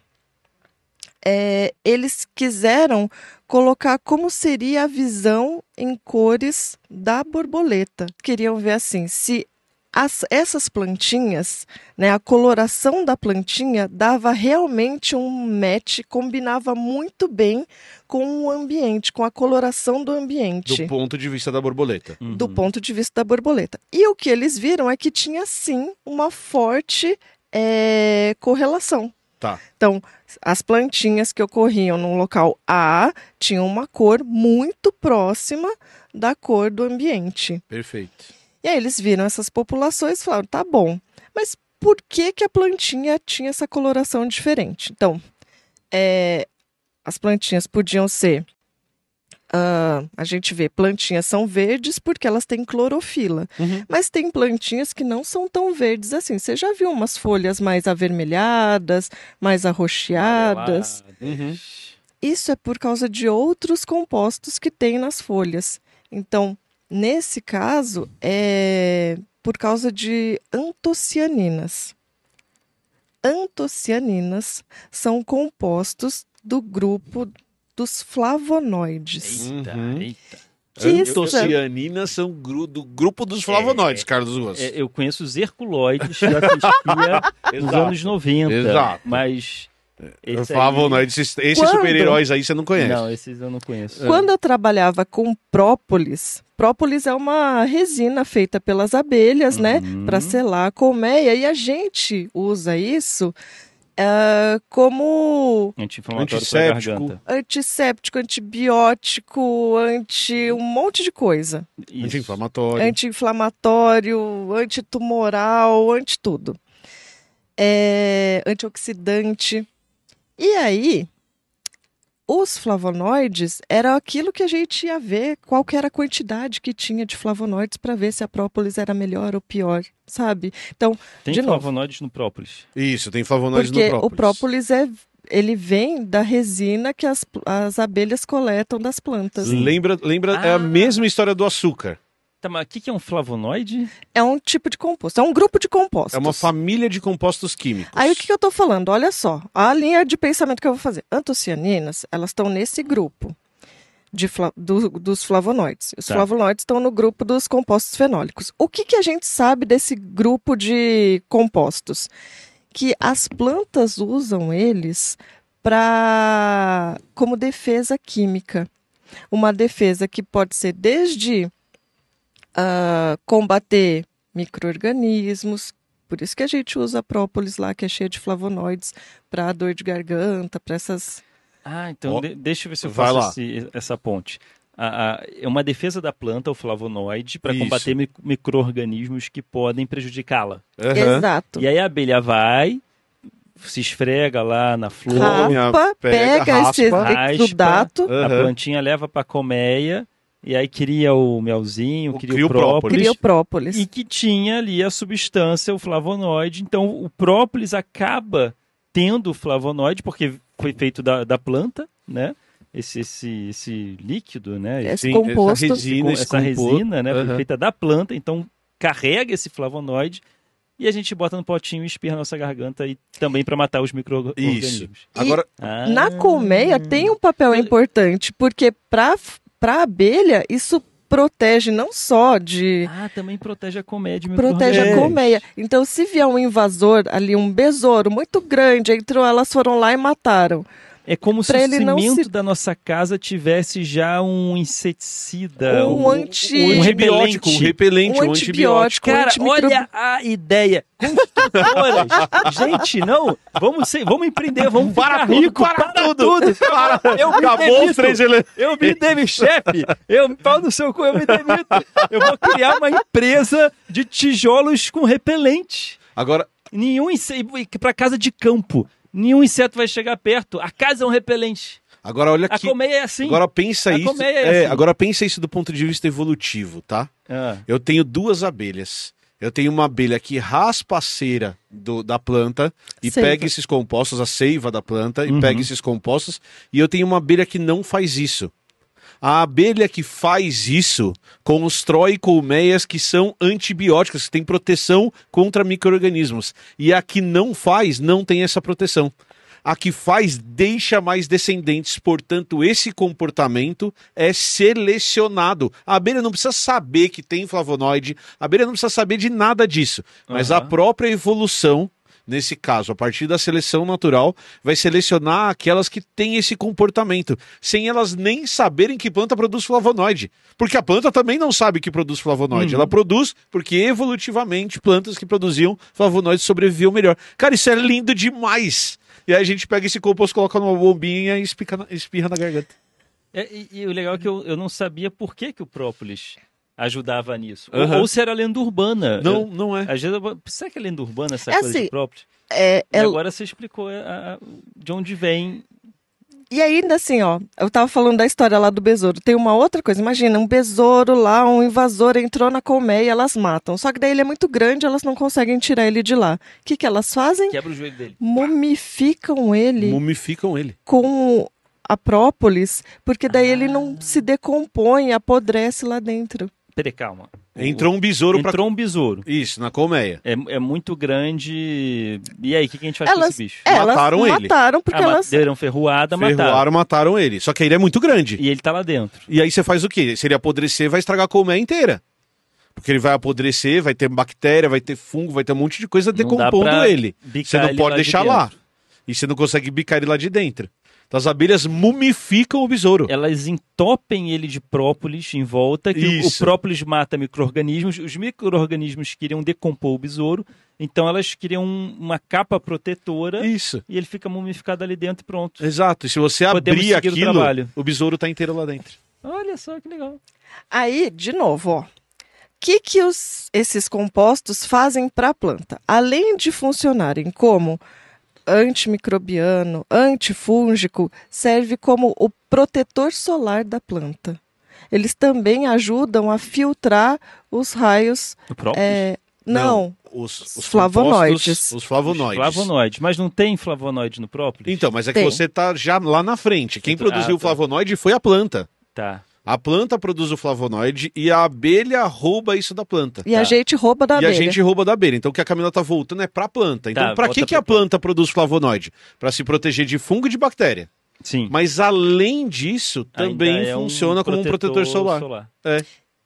B: eh, eles quiseram colocar como seria a visão em cores da borboleta. Queriam ver assim, se as- essas plantinhas, né, a coloração da plantinha dava realmente um match, combinava muito bem com o ambiente, com a coloração do ambiente
C: Do ponto de vista da borboleta.
A: uhum.
B: do ponto de vista da borboleta. E o que eles viram é que tinha sim uma forte eh, correlação.
C: Tá.
B: Então, as plantinhas que ocorriam no local A tinham uma cor muito próxima da cor do ambiente.
C: Perfeito.
B: E aí eles viram essas populações e falaram: tá bom, mas por que, que a plantinha tinha essa coloração diferente? Então, eh, as plantinhas podiam ser. ah, a gente vê plantinhas são verdes porque elas têm clorofila.
C: Uhum.
B: Mas tem plantinhas que não são tão verdes assim. Você já viu umas folhas mais avermelhadas, mais
A: Amareladas.
B: arroxeadas?
C: Uhum.
B: Isso é por causa de outros compostos que tem nas folhas. Então, nesse caso, é por causa de antocianinas. antocianinas são compostos do grupo dos flavonoides.
A: Eita,
C: Uhum.
A: eita.
B: Que isso?
C: Antocianinas assim, são gru- do grupo dos flavonoides, Carlos Augusto.
A: É, eu conheço os herculoides que eu assistia nos
C: Exato.
A: anos 90.
C: Exato.
A: Mas.
C: Os
A: esse aí-
C: flavonoides, esses, esses
B: Quando?
C: super-heróis aí você não conhece.
A: Não, esses eu não conheço.
B: Quando eu trabalhava com própolis, própolis é uma resina feita pelas abelhas, né,
A: Uhum.
B: para selar a colmeia e a gente usa isso ah, como
A: Anti-inflamatório pra
C: Antisséptico.
A: garganta.
B: antisséptico, antibiótico, anti um monte de coisa,
A: Isso.
C: Anti-inflamatório.
B: anti-inflamatório, antitumoral, anti tudo, é, antioxidante. E aí os flavonoides era aquilo que a gente ia ver qual que era a quantidade que tinha de flavonoides para ver se a própolis era melhor ou pior, sabe?
A: Tem
B: De novo.
A: flavonoides no própolis.
C: Isso, tem flavonoides
B: Porque
C: no
B: o própolis é ele vem da resina que as, as abelhas coletam das plantas.
C: Lembra, lembra é a
A: Ah.
C: mesma história do açúcar.
A: Tá, mas o que, que é um flavonoide?
B: É um tipo de composto, é um grupo de compostos.
C: É uma família de compostos químicos.
B: Aí o que, que eu tô falando? Olha só, a linha de pensamento que eu vou fazer. Antocianinas, elas estão nesse grupo de fla- do- dos flavonoides. Os
A: Tá.
B: flavonoides estão no grupo dos compostos fenólicos. O que, que a gente sabe desse grupo de compostos? Que as plantas usam eles para como defesa química. Uma defesa que pode ser desde ah, combater micro-organismos, por isso que a gente usa a própolis lá, que é cheia de flavonoides, para dor de garganta, para essas.
A: Ah, então
C: Ó,
A: de- deixa eu ver se eu
C: vai
A: faço
C: lá.
A: esse- essa ponte. A- a- é uma defesa da planta, o flavonoide, para
C: Isso.
A: combater mi- micro-organismos que podem prejudicá-la.
C: Aham.
B: Exato.
A: E aí a abelha vai, se esfrega lá na flor,
B: Raspa,
C: pega,
B: pega, esse
A: raspa.
B: exudato,
A: a
C: Aham.
A: plantinha leva para colmeia, e aí cria o melzinho,
C: O-
A: cria,
C: cria
A: o
C: o
A: própolis.
C: própolis.
B: cria o própolis.
A: E que tinha ali a substância, o flavonoide. Então o própolis acaba tendo o flavonoide, porque foi feito da, da planta, né? Esse, esse, esse líquido, né?
C: Sim,
B: Esse É composto.
C: Essa
A: Esse-
C: resina, esse
A: essa
C: composto.
A: resina, né? Foi
C: Aham.
A: feita da planta, então carrega esse flavonoide e a gente bota no potinho e espirra na nossa garganta e também para matar os micro-organismos.
C: Agora,
A: Ah,
B: Na colmeia tem um papel importante, porque para a abelha isso protege não só de.
A: Ah, também protege a colmeia de
B: Protege a
A: micro-organismos.
B: colmeia. Então, se vier um invasor ali, um besouro muito grande, entrou, elas foram lá e mataram.
A: É como se
B: Pra
A: o
B: ele não
A: cimento
B: se-
A: da nossa casa tivesse já um inseticida.
B: Um
A: um-
B: anti-
C: um
A: um
C: antibiótico, um
A: repelente.
C: repelente,
B: Um
C: um antibiótico.
B: antibiótico. um
A: Cara,
B: antimicro-
A: olha a ideia. Construtoras. Gente, não. Vamos, ser, vamos empreender, vamos
C: Para
A: ficar
C: tudo,
A: rico.
C: para
A: tudo. Para. Eu me
C: Acabou os
A: demito.
C: três elementos.
A: Eu me demito, chefe. Eu me pau no seu cu, eu me demito. Eu vou criar uma empresa de tijolos com repelente.
C: Agora,
A: Nenhum inseto. Pra casa de campo. Nenhum inseto vai chegar perto. A casa é um repelente.
C: agora olha
A: A
C: aqui.
A: colmeia é assim.
C: Agora pensa
A: A
C: isso.
A: colmeia é
C: é,
A: assim.
C: agora pensa isso do ponto de vista evolutivo, tá?
A: Ah.
C: Eu tenho duas abelhas. Eu tenho uma abelha que raspa a cera do- da planta e
B: Seiva.
C: pega esses compostos, a seiva da planta,
A: Uhum.
C: e pega esses compostos. E eu tenho uma abelha que não faz isso. A abelha que faz isso constrói colmeias que são antibióticas, que têm proteção contra micro-organismos. E a que não faz, não tem essa proteção. A que faz deixa mais descendentes, portanto, esse comportamento é selecionado. A abelha não precisa saber que tem flavonoide, a abelha não precisa saber de nada disso, mas a
A: Aham.
C: própria evolução, nesse caso, a partir da seleção natural, vai selecionar aquelas que têm esse comportamento, sem elas nem saberem que planta produz flavonoide. Porque a planta também não sabe que produz flavonoide. Ela produz porque evolutivamente plantas que produziam flavonoide sobreviviam melhor. Cara, isso é lindo demais! E aí a gente pega esse composto, coloca numa bombinha e espica na- espirra na garganta.
A: É, e, e o legal é que eu, eu não sabia por que, que o própolis ajudava nisso.
C: Aham.
A: Ou, ou se era lenda urbana.
C: Não,
A: Eu-
C: não é.
A: às vezes eu, vou- será que é lenda urbana essa
B: É
A: coisa
B: assim,
A: de própolis?
B: É,
A: E
B: é,
A: agora você explicou a- a- de onde vem.
B: E ainda assim, ó, eu tava falando da história lá do besouro. Tem uma outra coisa, imagina, um besouro lá, um invasor entrou na colmeia, elas matam. Só que daí ele é muito grande, elas não conseguem tirar ele de lá. O que, que elas fazem?
A: Quebra o joelho dele.
B: Mumificam ele
C: Mumificam ele.
B: com
A: Ah.
B: a própolis, porque daí ele não se decompõe, apodrece lá dentro.
A: Peraí, calma.
C: Entrou um besouro pra.
A: Entrou um besouro.
C: Isso, na colmeia.
A: É, é muito grande. E aí, o que, que a gente faz com
B: Elas-
A: esse bicho?
B: É, elas
C: Mataram ele.
B: Mataram porque
A: ah, ma-
B: elas.
A: deram ferroada, mataram.
C: Ferroaram, mataram ele. Só que ele é muito grande.
A: E ele tá lá dentro.
C: E aí você faz o quê? Se ele apodrecer, vai estragar a colmeia inteira. Porque ele vai apodrecer, vai ter bactéria, vai ter fungo, vai ter um monte de coisa
A: Não dá
C: decompondo
A: pra
C: ele.
A: bicar
C: Você não
A: ele
C: pode
A: lá de
C: deixar
A: dentro.
C: lá. E você não consegue bicar ele lá de dentro. Então as abelhas mumificam o besouro.
A: Elas entopem ele de própolis em volta, que o- o
C: Isso.
A: própolis mata micro-organismos. Os micro-organismos queriam decompor o besouro, então elas criam um- uma capa protetora
C: Isso. É.
A: e ele fica mumificado ali dentro e pronto.
C: Exato. E se você
A: Podemos
C: abrir
A: seguir o
C: aquilo,
A: trabalho.
C: o besouro tá inteiro lá dentro.
A: Olha só que legal.
B: Aí, de novo, ó. O que, que os- esses compostos fazem para a planta? Além de funcionarem como antimicrobiano, antifúngico, serve como o protetor solar da planta. Eles também ajudam a filtrar os raios.
A: O própolis?
B: é, não,
C: Os, os
B: Flavonoides.
C: compostos- Os flavonoides.
A: Flavonoide. Mas não tem flavonoide no própolis?
C: Então, mas é que
B: Tem.
C: você tá já lá na frente. Quem
A: Ah,
C: produziu o
A: tá.
C: flavonoide foi a planta.
A: Tá.
C: A planta produz o flavonoide e a abelha rouba isso da planta.
B: e a
A: tá.
B: gente rouba da
C: e a
B: abelha.
C: gente rouba da abelha. Então o que a Camila tá voltando é pra planta. Então
A: Tá,
C: pra
A: volta
C: que, que
A: pra
C: a planta produz flavonoide? Pra se proteger de fungo e de bactéria.
A: Sim.
C: Mas além disso, também
A: Ainda é um
C: funciona como um protetor solar.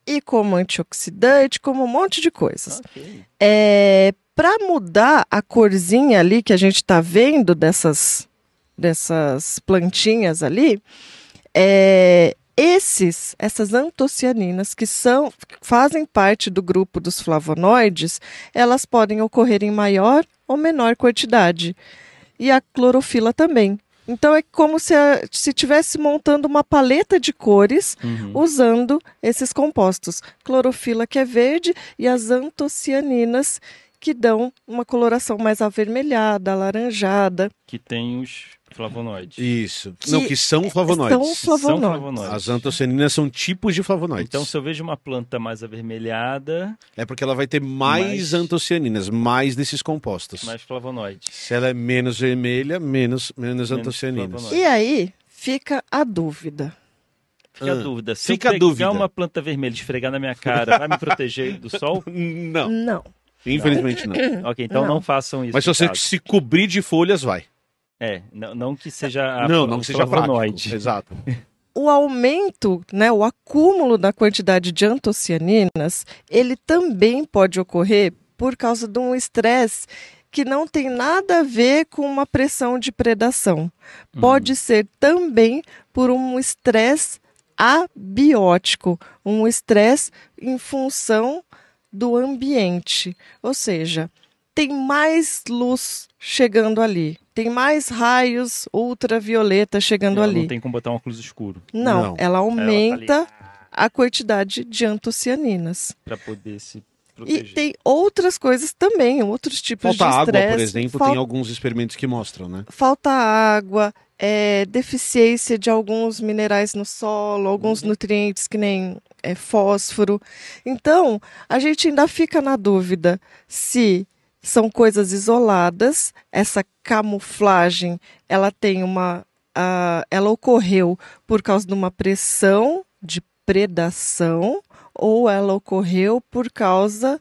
B: E como antioxidante, como um monte de coisas.
A: Ok.
B: É, para mudar a corzinha ali que a gente está vendo dessas, dessas plantinhas ali, é, esses, essas antocianinas que são que fazem parte do grupo dos flavonoides, elas podem ocorrer em maior ou menor quantidade. E a clorofila também. Então é como se a- se estivesse montando uma paleta de cores
A: Uhum.
B: usando esses compostos. Clorofila, que é verde, e as antocianinas, que dão uma coloração mais avermelhada, alaranjada.
A: Que tem os flavonoides.
C: Isso.
B: Que é,
C: Não, que são flavonoides.
B: São flavonoides.
A: São flavonoides.
C: As antocianinas são tipos de flavonoides.
A: Então, se eu vejo uma planta mais avermelhada,
C: É porque ela vai ter mais,
A: Mais-
C: antocianinas, mais desses compostos.
A: mais flavonoides.
C: Se ela é menos vermelha, menos, menos,
A: Menos
C: antocianinas.
A: flavonoides.
B: E aí fica a dúvida.
A: Fica a
C: Ah,
A: dúvida. Se
C: fica a
A: eu pegar
C: dúvida.
A: uma planta vermelha e esfregar na minha cara, vai me proteger do sol?
C: Não,
B: Não.
C: infelizmente É. não.
A: Ok, então não,
B: Não.
A: façam isso.
C: Mas se você
A: em casa.
C: se cobrir de folhas, vai.
A: É, não, não que seja a
C: não,
A: o
C: não que seja prático.
A: flavonoide.
C: Exato.
B: O aumento, né, o acúmulo da quantidade de antocianinas, ele também pode ocorrer por causa de um estresse que não tem nada a ver com uma pressão de predação.
A: Hum.
B: pode ser também por um estresse abiótico, um estresse em função do ambiente. Ou seja, tem mais luz chegando ali, tem mais raios ultravioleta chegando
A: Ela Não
B: ali.
A: tem como botar um óculos escuro
B: Não,
C: Não.
B: ela tá aumenta
A: Ela
B: a quantidade de antocianinas.
A: pra poder se
B: E
A: proteger.
B: tem outras coisas também, outros tipos
C: Falta
B: de
C: água,
B: estresse.
C: por exemplo,
B: falta
C: tem alguns experimentos que mostram, né?
B: falta água, é, deficiência de alguns minerais no solo, alguns nutrientes que nem é, fósforo. Então, a gente ainda fica na dúvida se são coisas isoladas, essa camuflagem, ela tem uma, ah, ela ocorreu por causa de uma pressão de predação ou ela ocorreu por causa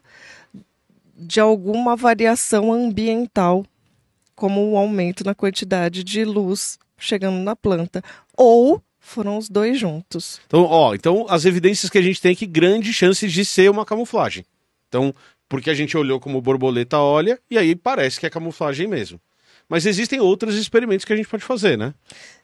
B: de alguma variação ambiental como o aumento na quantidade de luz chegando na planta. Ou foram os dois juntos.
C: Então, ó, então as evidências que a gente tem é que grande chance de ser uma camuflagem. Então, porque a gente olhou como borboleta olha e aí parece que é camuflagem mesmo. Mas existem outros experimentos que a gente pode fazer, né?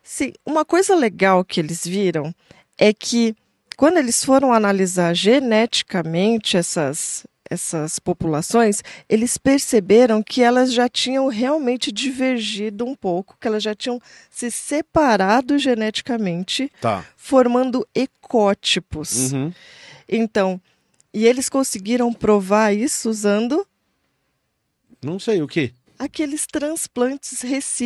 B: Sim, uma coisa legal que eles viram é que quando eles foram analisar geneticamente essas, essas populações, eles perceberam que elas já tinham realmente divergido um pouco, que elas já tinham se separado geneticamente,
C: Tá.
B: formando ecótipos.
C: Uhum.
B: Então, e eles conseguiram provar isso usando
C: Não sei o que.
B: aqueles transplantes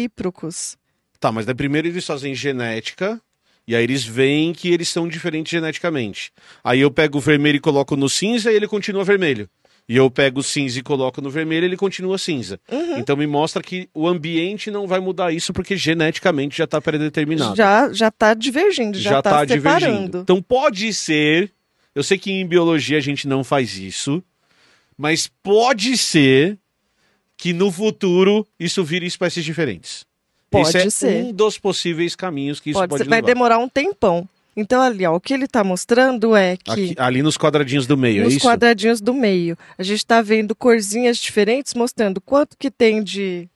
B: recíprocos.
C: Tá, mas daí primeiro eles fazem genética e aí eles veem que eles são diferentes geneticamente. Aí eu pego o vermelho e coloco no cinza e ele continua vermelho. E eu pego o cinza e coloco no vermelho e ele continua cinza. Então me mostra que o ambiente não vai mudar isso porque geneticamente já tá predeterminado.
B: Já já tá divergindo, já,
C: já
B: tá,
C: está divergindo.
B: separando.
C: Então pode ser Eu sei que em biologia a gente não faz isso, mas pode ser que no futuro isso vire espécies diferentes.
B: Pode
C: Esse é
B: ser.
C: um dos possíveis caminhos que isso
B: Pode
C: pode,
B: ser- vai
C: levar.
B: demorar um tempão. Então, ali, ó, o que ele tá mostrando é que
C: Aqui- ali nos quadradinhos do meio,
B: nos
C: é isso?
B: quadradinhos do meio, a gente está vendo corzinhas diferentes, mostrando quanto que tem de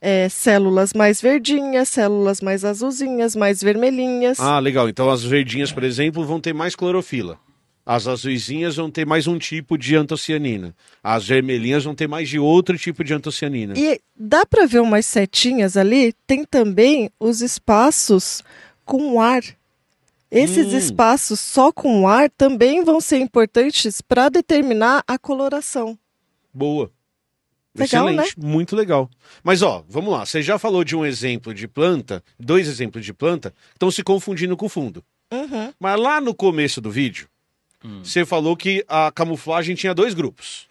B: é, células mais verdinhas, células mais azulzinhas, mais vermelhinhas.
C: Ah, legal. Então as verdinhas, por exemplo, vão ter mais clorofila. As azuizinhas vão ter mais um tipo de antocianina. As vermelhinhas vão ter mais de outro tipo de antocianina.
B: E dá para ver umas setinhas ali, tem também os espaços com ar. Esses
C: Hum.
B: espaços só com ar também vão ser importantes para determinar a coloração.
C: Boa.
B: Legal, né?
C: Excelente, muito legal. Mas ó, vamos lá. Você já falou de um exemplo de planta, dois exemplos de planta, estão se confundindo com o fundo.
B: Uhum.
C: Mas lá no começo do vídeo,
A: Hum.
C: você falou que a camuflagem tinha dois grupos.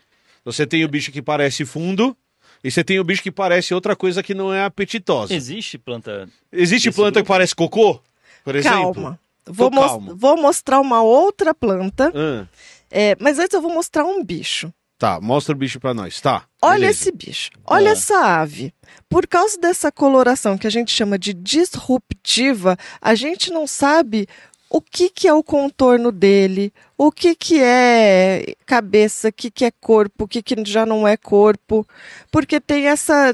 C: Você tem o bicho que parece fundo e você tem o bicho que parece outra coisa que não é apetitosa.
A: Existe planta.
C: Existe
A: Esse
C: planta que parece cocô? Por exemplo?
B: Calma. Vou, mos-
C: calmo.
B: vou mostrar uma outra planta,
C: Ah,
B: é, mas antes eu vou mostrar um bicho.
C: tá, mostra o bicho pra nós. Tá.
B: Olha
C: beleza.
B: esse bicho, olha
A: Ah.
B: essa ave. Por causa dessa coloração que a gente chama de disruptiva, a gente não sabe o que, que é o contorno dele, o que, que é cabeça, o que, que é corpo, o que, que já não é corpo, porque tem essa,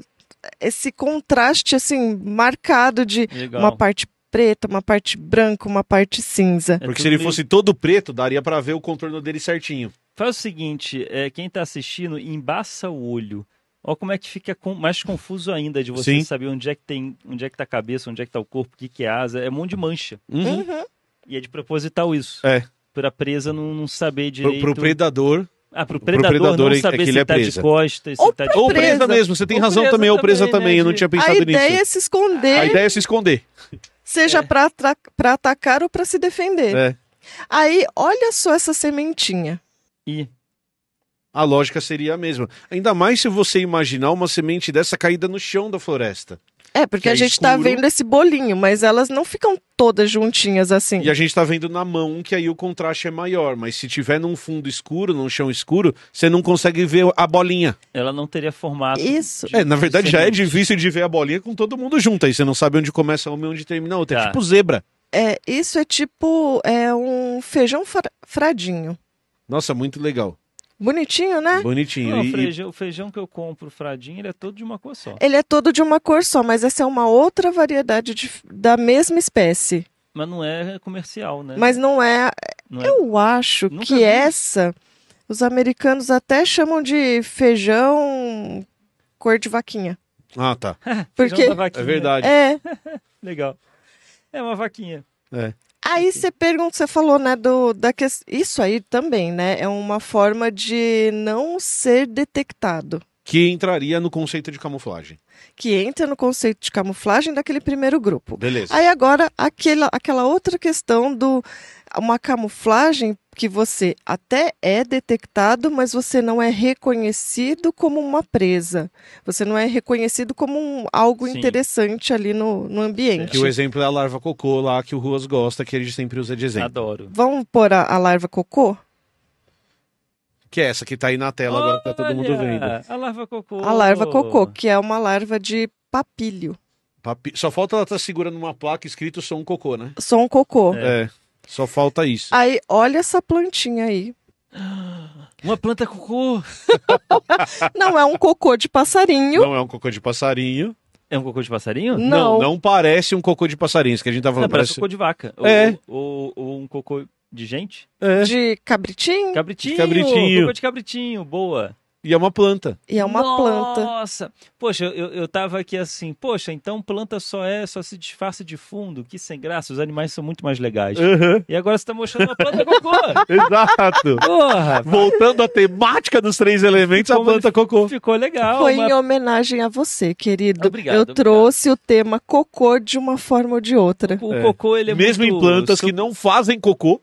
B: esse contraste assim marcado de
A: Legal.
B: uma parte preta, uma parte branca, uma parte cinza.
A: É
C: Porque
A: tudo
C: se ele
A: meio-
C: fosse todo preto, daria pra ver o contorno dele certinho.
A: Faz o seguinte, é, quem tá assistindo, embaça o olho. Ó como é que fica com- mais confuso ainda de você
C: Sim.
A: saber onde é que tem, onde é que tá a cabeça, onde é que tá o corpo, o que, que é asa. É um monte de mancha.
B: Uhum.
A: E é de proposital isso.
C: É.
A: Pra presa não, não saber
C: Pro,
A: direito.
C: pro predador.
A: Ah, pro predador,
C: predador é-
A: não
C: é
A: saber
C: que
A: se
C: ele é
A: tá de
C: presa.
A: costas,
B: Ou
A: se tá
B: pra
A: de...
C: Ou
B: presa.
C: presa mesmo, você tem
A: Ou
C: razão
A: presa
C: também, ou presa
A: também,
C: também,
A: né,
C: eu não
A: de-
C: tinha
B: A
C: pensado
B: ideia
C: nisso.
B: é se esconder,
C: A ideia é se esconder.
B: seja pra atra- pra atacar ou pra se defender.
C: É.
B: Aí, olha só essa sementinha.
A: Ih,
C: A lógica seria a mesma. Ainda mais se você imaginar uma semente dessa caída no chão da floresta.
B: É, porque
C: Que
B: a
C: é
B: gente tá
C: escuro.
B: vendo esse bolinho, mas elas não ficam todas juntinhas assim.
C: E a gente tá vendo na mão que aí o contraste é maior, mas se tiver num fundo escuro, num chão escuro, você não consegue ver a bolinha.
A: ela não teria formato.
B: Isso.
A: de-
C: É, na verdade
A: de
C: já é
A: semente.
C: difícil de ver a bolinha com todo mundo junto, aí você não sabe onde começa uma e onde termina a outra. É
A: Tá.
C: tipo zebra.
B: É, isso é tipo é um feijão fra- fradinho.
C: Nossa, muito legal.
B: Bonitinho, né?
C: Bonitinho.
A: Não, o,
C: E- e-
A: feijão, o feijão que eu compro, fradinho, ele é todo de uma cor só.
B: Ele é todo de uma cor só, mas essa é uma outra variedade de- da mesma espécie.
A: Mas não é comercial, né?
B: Mas não é.
A: Não é-
B: Eu acho
A: Nunca
B: que
A: vi.
B: essa. Os americanos até chamam de feijão cor de vaquinha.
C: Ah, tá.
A: feijão
B: porque-
A: da vaquinha.
C: É verdade.
B: É,
A: Legal. É uma vaquinha.
C: É.
B: Aí você pergunta, você falou, né, do, da que... Isso aí também, né? É uma forma de não ser detectado.
C: Que entraria no conceito de camuflagem.
B: Que entra no conceito de camuflagem daquele primeiro grupo.
C: Beleza.
B: Aí agora, aquela, aquela outra questão do. Uma camuflagem que você até é detectado, mas você não é reconhecido como uma presa. Você não é reconhecido como um- algo
A: Sim.
B: interessante ali no, no ambiente.
C: Que o exemplo é a larva cocô lá que o Ruas gosta, que ele sempre usa de exemplo.
A: Adoro.
B: Vamos pôr a, a larva cocô?
C: Que é essa que tá aí na tela agora que tá todo mundo
A: Olha,
C: vendo.
A: A larva cocô.
B: A larva cocô, que é uma larva de papilho.
C: Papi- Só falta ela estar segurando uma placa escrito sou um cocô, né?
B: Só um cocô.
A: É.
C: É. Só falta isso.
B: Aí, olha essa plantinha aí.
A: Uma planta cocô.
B: Não é um cocô de passarinho.
C: Não é um cocô de passarinho.
A: É um cocô de passarinho?
B: Não.
C: Não, não parece um cocô de passarinho. Isso que a gente tá
A: Não,
C: falando.
A: parece
C: parece...
A: cocô de vaca. Ou-
C: É.
A: Ou, ou um cocô de gente.
C: É.
B: De cabritinho.
A: Cabritinho.
C: De cabritinho.
A: Cocô de cabritinho. Boa.
C: E é uma planta.
B: E é uma planta.
A: Nossa. Poxa, eu, eu tava aqui assim. Poxa, então planta só é, só se disfarça de fundo. Que sem graça. Os animais são muito mais legais.
C: É.
A: E agora você tá mostrando uma planta cocô.
C: Exato.
A: Porra.
C: Voltando à temática dos três elementos, a
A: Como
C: planta cocô.
A: Ficou legal.
B: Foi
A: uma
B: em homenagem a você, querido.
A: Obrigado,
B: Eu
A: obrigado.
B: trouxe o tema cocô de uma forma ou de outra.
A: O
C: É.
A: cocô, ele é
C: Mesmo
A: muito
C: em plantas
A: su-
C: que não fazem cocô,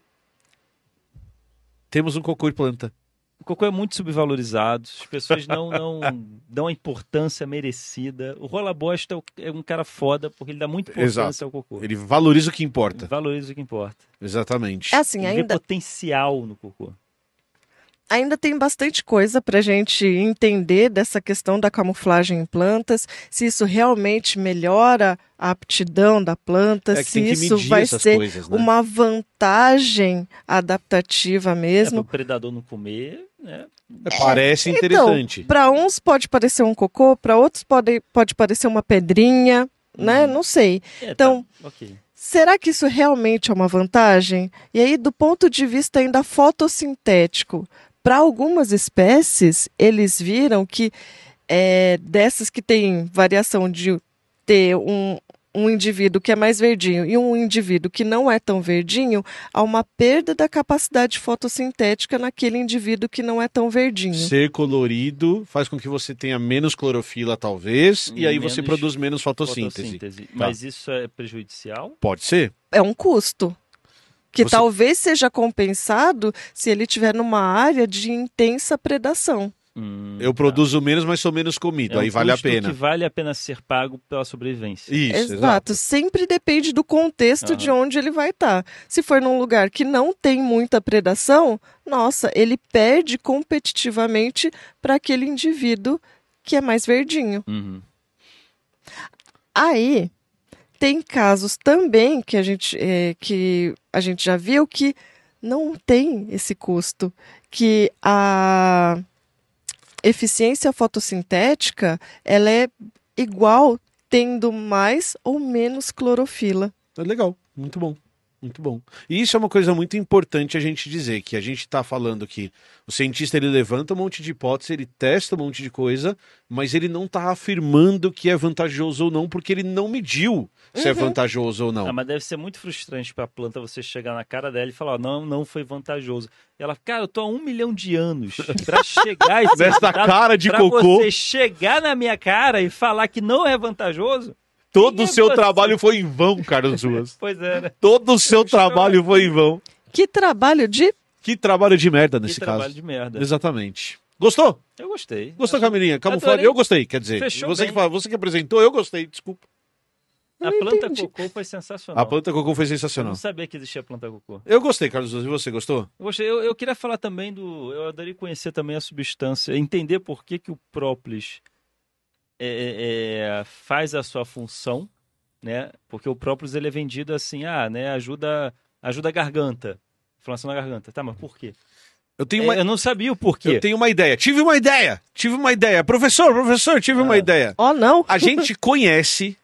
C: temos um cocô de planta.
A: O cocô é muito subvalorizado, as pessoas não, não dão a importância merecida. O Rola Bosta é o- é um cara foda porque ele dá muita importância
C: Exato.
A: ao cocô.
C: Ele valoriza o que importa.
A: Valoriza o que importa.
C: Exatamente.
B: É assim,
A: Ele vê
B: ainda,
A: potencial no cocô.
B: ainda tem bastante coisa para gente entender dessa questão da camuflagem em plantas, se isso realmente melhora a aptidão da planta,
C: É que
B: se
C: tem que
B: isso
C: medir
B: vai
C: essas
B: ser
C: coisas, né?
B: uma vantagem adaptativa
A: É, para
B: mesmo.
A: o predador não comer, né?
C: É,
B: Então,
C: Parece interessante.
B: para uns pode parecer um cocô, para outros pode, pode parecer uma pedrinha, né? Não sei.
A: É,
B: Então-
A: tá, ok.
B: Será que isso realmente é uma vantagem? E aí, do ponto de vista ainda fotossintético, para algumas espécies, eles viram que é, dessas que têm variação de ter um, um indivíduo que é mais verdinho e um indivíduo que não é tão verdinho, há uma perda da capacidade fotossintética naquele indivíduo que não é tão verdinho.
C: Ser colorido faz com que você tenha menos clorofila, talvez, e aí você
A: Menos
C: produz menos fotossíntese.
A: Mas isso é prejudicial?
C: Pode ser?
B: é um custo. Que
C: Você-
B: talvez seja compensado se ele tiver numa área de intensa predação.
A: Hum,
C: Eu
A: tá.
C: produzo menos, mas sou menos comido.
A: É um
C: aí vale a
A: custo
C: pena.
A: Que vale a pena ser pago pela sobrevivência.
C: Isso,
B: exato. Sempre depende do contexto
A: Aham.
B: de onde ele vai estar. Se for num lugar que não tem muita predação, nossa, ele perde competitivamente para aquele indivíduo que é mais verdinho.
A: Uhum.
B: Aí tem casos também que a gente, eh, que a gente já viu que não tem esse custo, que a eficiência fotossintética ela é igual tendo mais ou menos clorofila.
C: É legal, muito bom. Muito bom. E isso é uma coisa muito importante a gente dizer, que a gente está falando que o cientista ele levanta um monte de hipótese, ele testa um monte de coisa, mas ele não está afirmando que é vantajoso ou não, porque ele não mediu se é
B: Uhum.
C: vantajoso ou não.
A: Ah, mas deve ser muito frustrante para a planta você chegar na cara dela e falar: ó, não, não foi vantajoso. Ela, cara, eu tô há um milhão de anos para chegar a esse
C: Nesta
A: resultado,
C: cara de
A: pra
C: cocô,
A: você é chegar na minha cara e falar que não é vantajoso.
C: todo
A: Quem
C: o
A: é
C: seu
A: você?
C: trabalho foi em vão, Carlos Ruas.
A: Pois é, né?
C: Todo o seu
A: estou
C: trabalho foi em vão.
B: Que trabalho de
C: Que trabalho de merda
A: Que
C: nesse
A: trabalho
C: caso.
A: de merda.
C: Exatamente. Gostou?
A: Eu gostei.
C: Gostou, Camilinha? Camuflagem?
A: Adorei.
C: Eu gostei, quer dizer.
A: Fechou
C: você, que
A: bem.
C: fala- você que apresentou, eu gostei, desculpa.
A: A
B: não
A: planta
B: entendi.
A: cocô foi sensacional.
C: A planta cocô foi
A: Eu não
C: sensacional.
A: sabia que existia planta cocô.
C: Eu gostei, Carlos Luz. E você gostou?
A: Eu, gostei. eu, eu queria falar também do. Eu adoraria conhecer também a substância, entender por que, que o própolis é, é, é, faz a sua função, né? Porque o própolis ele é vendido assim, ah, né? Ajuda, ajuda a garganta. Inflamação na garganta. Tá, mas por quê?
C: Eu tenho, uma,
A: É, Eu não sabia o porquê.
C: eu tenho uma ideia. Tive uma ideia. Tive uma ideia. Professor, professor, tive uma
A: Ah.
C: ideia.
B: Oh, não!
C: A gente conhece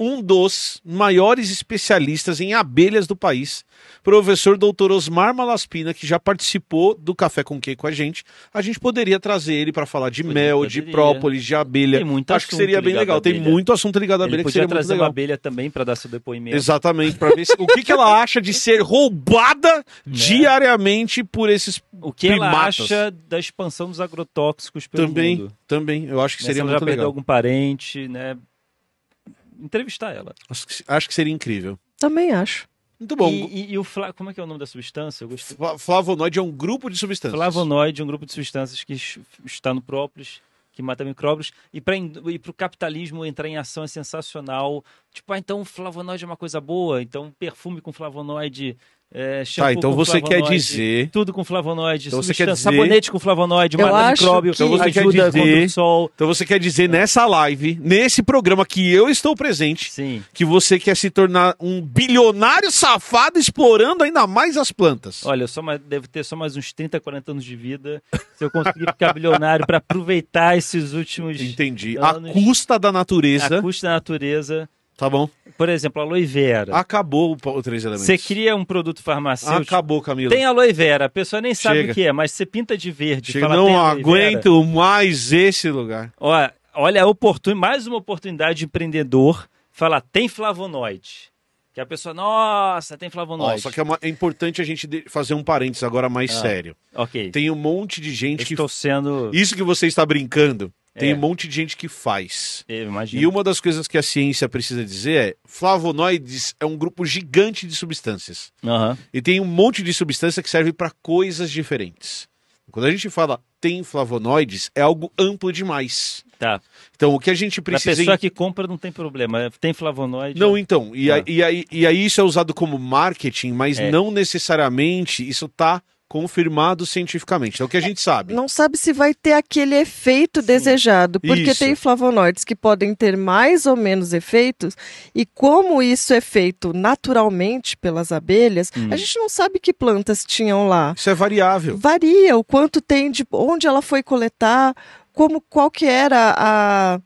C: um dos maiores especialistas em abelhas do país, professor doutor Osmar Malaspina, que já participou do Café com Quê com a gente. A gente poderia trazer ele para falar de
A: Poderia,
C: mel, de
A: poderia.
C: própolis, de abelha.
A: Tem muito
C: Acho que
A: assunto
C: seria bem
A: ligado à
C: legal. Tem
A: abelha.
C: muito assunto ligado à abelha
A: Ele
C: que
A: podia
C: seria muito
A: trazer uma
C: legal.
A: abelha também para dar seu depoimento.
C: Exatamente, para ver se- o que, que ela acha de ser
A: Né?
C: roubada diariamente por esses
A: O que ela
C: primatas.
A: acha da expansão dos agrotóxicos pelo
C: também,
A: mundo?
C: também. Eu acho que
A: Né, se
C: seria
A: ela já
C: muito
A: perdeu
C: legal.
A: algum parente, né? Entrevistar ela.
C: Acho, que, acho que seria incrível.
B: Também acho.
C: Muito bom.
A: E, e- e o fla... como é que é o nome da substância? Eu gostei.
C: Fla- Flavonoide é um grupo de substâncias.
A: Flavonoide, um grupo de substâncias que es- está no própolis, que mata micróbios. E para o capitalismo entrar em ação é sensacional. Tipo, ah, então flavonoide é uma coisa boa, então perfume com flavonoide, é, shampoo
C: Tá, então
A: com
C: você quer
A: flavonoide,
C: dizer.
A: Tudo com flavonoide,
C: Então você
A: substância-
C: quer dizer-
A: sabonete com flavonoide,
B: Eu
A: mata
B: acho
A: micróbio,
B: que- Então
C: você quer
A: ajuda contra
C: dizer-
A: o sol.
C: Então você quer dizer nessa live, nesse programa que eu estou presente,
A: Sim.
C: que você quer se tornar um bilionário safado explorando ainda mais as plantas.
A: Olha, eu só mais, devo ter só mais uns 30, 40 anos de vida. Se eu conseguir ficar bilionário para aproveitar esses últimos.
C: Entendi.
A: Não,
C: A
A: não-
C: custa da
A: A
C: natureza.
A: custa da natureza.
C: Tá bom.
A: Por exemplo, aloe
C: Ah,
A: vera.
C: Acabou o pa- o Três Elementos.
A: Você cria um produto farmacêutico.
C: Ah, Acabou, Camila.
A: Tem aloe vera, a pessoa nem sabe
C: Chega.
A: o que é, mas você pinta de verde. e
C: Chega,
A: fala, "Tem
C: não
A: aloe vera?"
C: aguento mais esse lugar.
A: Ó, olha, a oportun... mais uma oportunidade de empreendedor falar: tem flavonoide. Que a pessoa, nossa, tem
C: Ó,
A: flavonoide.
C: só que é, uma- é importante a gente de- fazer um parênteses agora mais
A: Ah.
C: sério.
A: Ok.
C: Tem um monte de gente que.
A: Estou sendo.
C: Isso que você está brincando, tem
A: É.
C: um monte de gente que faz.
A: Eu
C: E
A: imagino.
C: uma das coisas que a ciência precisa dizer é: flavonoides é um grupo gigante de substâncias.
A: Aham.
C: E tem um monte de substância que serve para coisas diferentes. Quando a gente fala tem flavonoides, é algo amplo demais.
A: Tá.
C: Então, o que a gente
A: Pra
C: precisa.
A: pessoa que compra não tem problema. Tem flavonoide.
C: Não, então. E,
A: Ah.
C: aí, e, aí, e aí isso é usado como marketing, mas
A: É.
C: não necessariamente isso está confirmado cientificamente. É o que a gente sabe.
B: Não sabe se vai ter aquele efeito desejado, porque
C: Isso.
B: tem flavonoides que podem ter mais ou menos efeitos, e como isso é feito naturalmente pelas abelhas, a gente não sabe que plantas tinham lá.
C: Isso é variável.
B: Varia o quanto tem de onde ela foi coletar, como qual que era a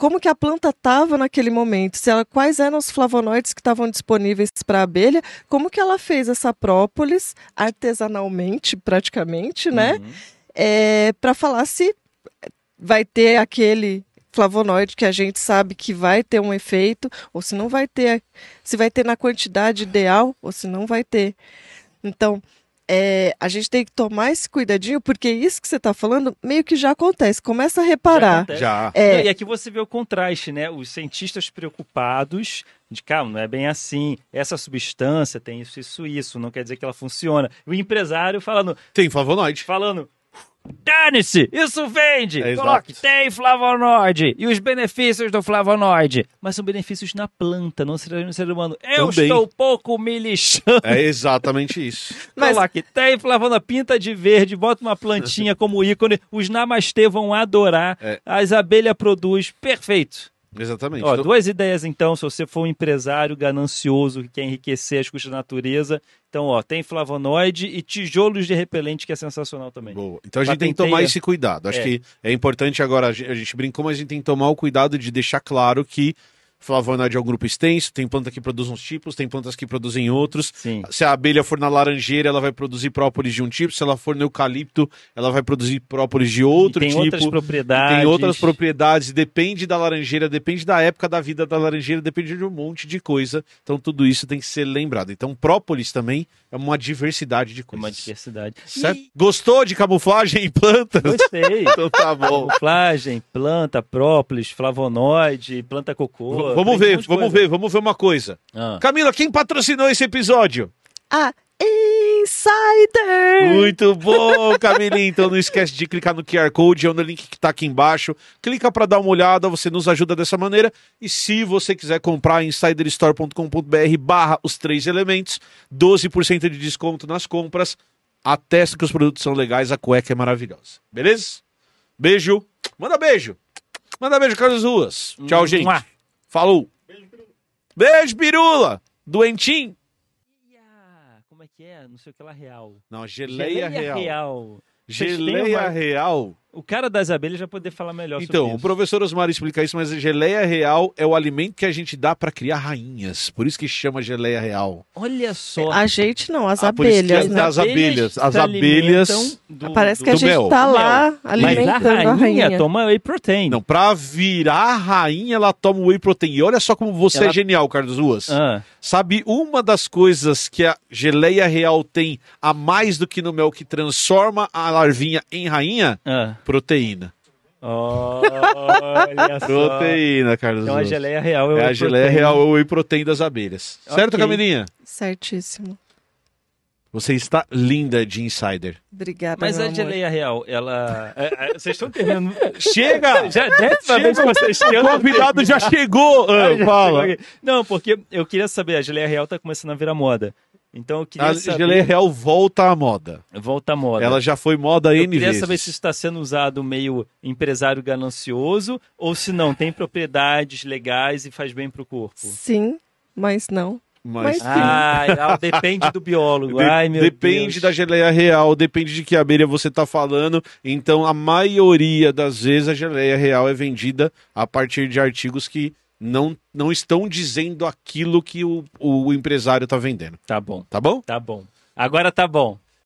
B: como que a planta estava naquele momento, se ela, quais eram os flavonoides que estavam disponíveis para a abelha, como que ela fez essa própolis artesanalmente, praticamente, né?
A: Uhum.
B: é, para falar se vai ter aquele flavonoide que a gente sabe que vai ter um efeito ou se não vai ter, se vai ter na quantidade ideal ou se não vai ter. Então, é, a gente tem que tomar esse cuidadinho porque isso que você está falando meio que já acontece. Começa a reparar.
A: acontece.
C: Já.
B: É,
A: Não, E aqui você vê o contraste, né? Os cientistas preocupados de calma, não é bem assim. Essa substância tem isso, isso, isso. Não quer dizer que ela funciona. O empresário falando,
C: Tem flavonoide.
A: falando. Dane-se! Isso vende!
C: É, exato.
A: Coloque, tem flavonoide! E os benefícios do flavonoide? Mas são benefícios na planta, não ser- no ser humano. Eu
C: Também.
A: estou pouco me lixando.
C: É exatamente isso.
B: Mas-
A: Coloque, tem flavonoide, pinta de verde, bota uma plantinha como ícone. Os namastê vão adorar.
C: É.
A: As abelhas produzem. Perfeito!
C: Exatamente.
A: Ó,
C: Então-
A: duas ideias então, se você for um empresário ganancioso que quer enriquecer as custas da natureza. Então, ó, tem flavonoide e tijolos de repelente, que é sensacional também.
C: Boa. Então a gente tem que
A: Patenteia.
C: tomar esse cuidado. Acho
A: É.
C: que é importante agora, a gente a gente brincou, mas a gente tem que tomar o cuidado de deixar claro que flavonoide é um grupo extenso, tem planta que produz uns tipos, tem plantas que produzem outros.
A: Sim.
C: Se a abelha for na laranjeira, ela vai produzir própolis de um tipo, se ela for no eucalipto, ela vai produzir própolis de outro
A: E tem
C: tipo.
A: outras propriedades.
C: Tem outras propriedades, depende da laranjeira, depende da época da vida da laranjeira, depende de um monte de coisa. Então tudo isso tem que ser lembrado. Então própolis também é uma diversidade de
A: É
C: coisas.
A: uma diversidade.
C: Certo? Gostou de camuflagem em plantas?
A: Gostei.
C: Então tá bom.
A: Camuflagem, planta, própolis, flavonoide, planta cocô.
C: V-
A: tem um
C: vamos ver,
A: monte de
C: vamos
A: coisa.
C: ver, vamos ver uma coisa.
A: Ah.
C: Camila, quem patrocinou esse episódio?
B: a Insider!
C: Muito bom, Camilinha. Então não esquece de clicar no QR Code, é no link que tá aqui embaixo. Clica para dar uma olhada, você nos ajuda dessa maneira. E se você quiser comprar, insiderstore.com.br barra os três elementos, 12% de desconto nas compras. Atesta que os produtos são legais, a cueca é maravilhosa. Beleza? Beijo. Manda beijo. Manda beijo, Carlos Ruas. Tchau, gente.
A: Mua.
C: Falou. Beijo, pirula. Doentinho.
A: Ah, Como é que é? Não sei o que lá real.
C: Não, geleia, real.
A: real. Vocês têm
C: Geleia
A: uma-
C: real.
A: O cara das abelhas já poder falar melhor
C: Então,
A: sobre
C: o
A: isso.
C: professor Osmar explica isso, mas a geleia real é o alimento que a gente dá pra criar rainhas. Por isso que chama geleia real.
A: Olha só.
B: A gente não, as
C: Ah, por isso que
B: abelhas,
C: as-
B: né?
C: as abelhas, as
A: se
C: abelhas-
A: alimentam é do-
B: Parece que né? a
A: do
C: do
B: gente
C: mel.
B: tá
A: Do
B: lá
A: Mas
B: alimentando
A: a rainha, toma whey protein.
C: Não, pra virar rainha, ela toma whey protein. E olha só como você
A: Ela-
C: é genial, Carlos Ruas.
A: Ah,
C: Sabe uma das coisas que a geleia real tem a mais do que no mel que transforma a larvinha em rainha?
A: ah.
C: Proteína.
A: Olha só.
C: Proteína, Carlos
A: Tá. Então a
C: Ruas.
A: geleia real é, o
C: É a
A: whey
C: geleia
A: protein.
C: real é o whey protein das abelhas. Certo,
A: Ok.
C: Camilinha?
B: Certíssimo.
C: Você está linda de insider.
B: Obrigada,
A: Mas
B: meu
A: a
B: amor.
A: geleia real, ela. é, é, vocês estão terminando.
C: Chega!
A: Já é a décima vez que vocês
C: O
A: tentam.
C: convidado já chegou! Ah, fala.
A: Não, porque eu queria saber, a geleia real tá começando a virar moda. Então eu queria
C: A
A: saber.
C: geleia real volta à moda.
A: Volta à moda.
C: Ela já foi moda
A: eu
C: N
A: queria
C: vezes.
A: saber se isso está sendo usado meio empresário ganancioso ou se não, tem propriedades legais e faz bem pro corpo.
B: Sim, mas não.
C: Mas
B: Sim.
A: Ah, ah, depende do biólogo.
C: de-
A: Ai, meu
C: depende
A: Deus.
C: da geleia real, depende de que abelha você tá falando. Então, a maioria das vezes a geleia real é vendida a partir de artigos que não, não estão dizendo aquilo que o, o empresário tá vendendo.
A: Tá bom,
C: Tá bom?
A: tá bom. Agora tá bom.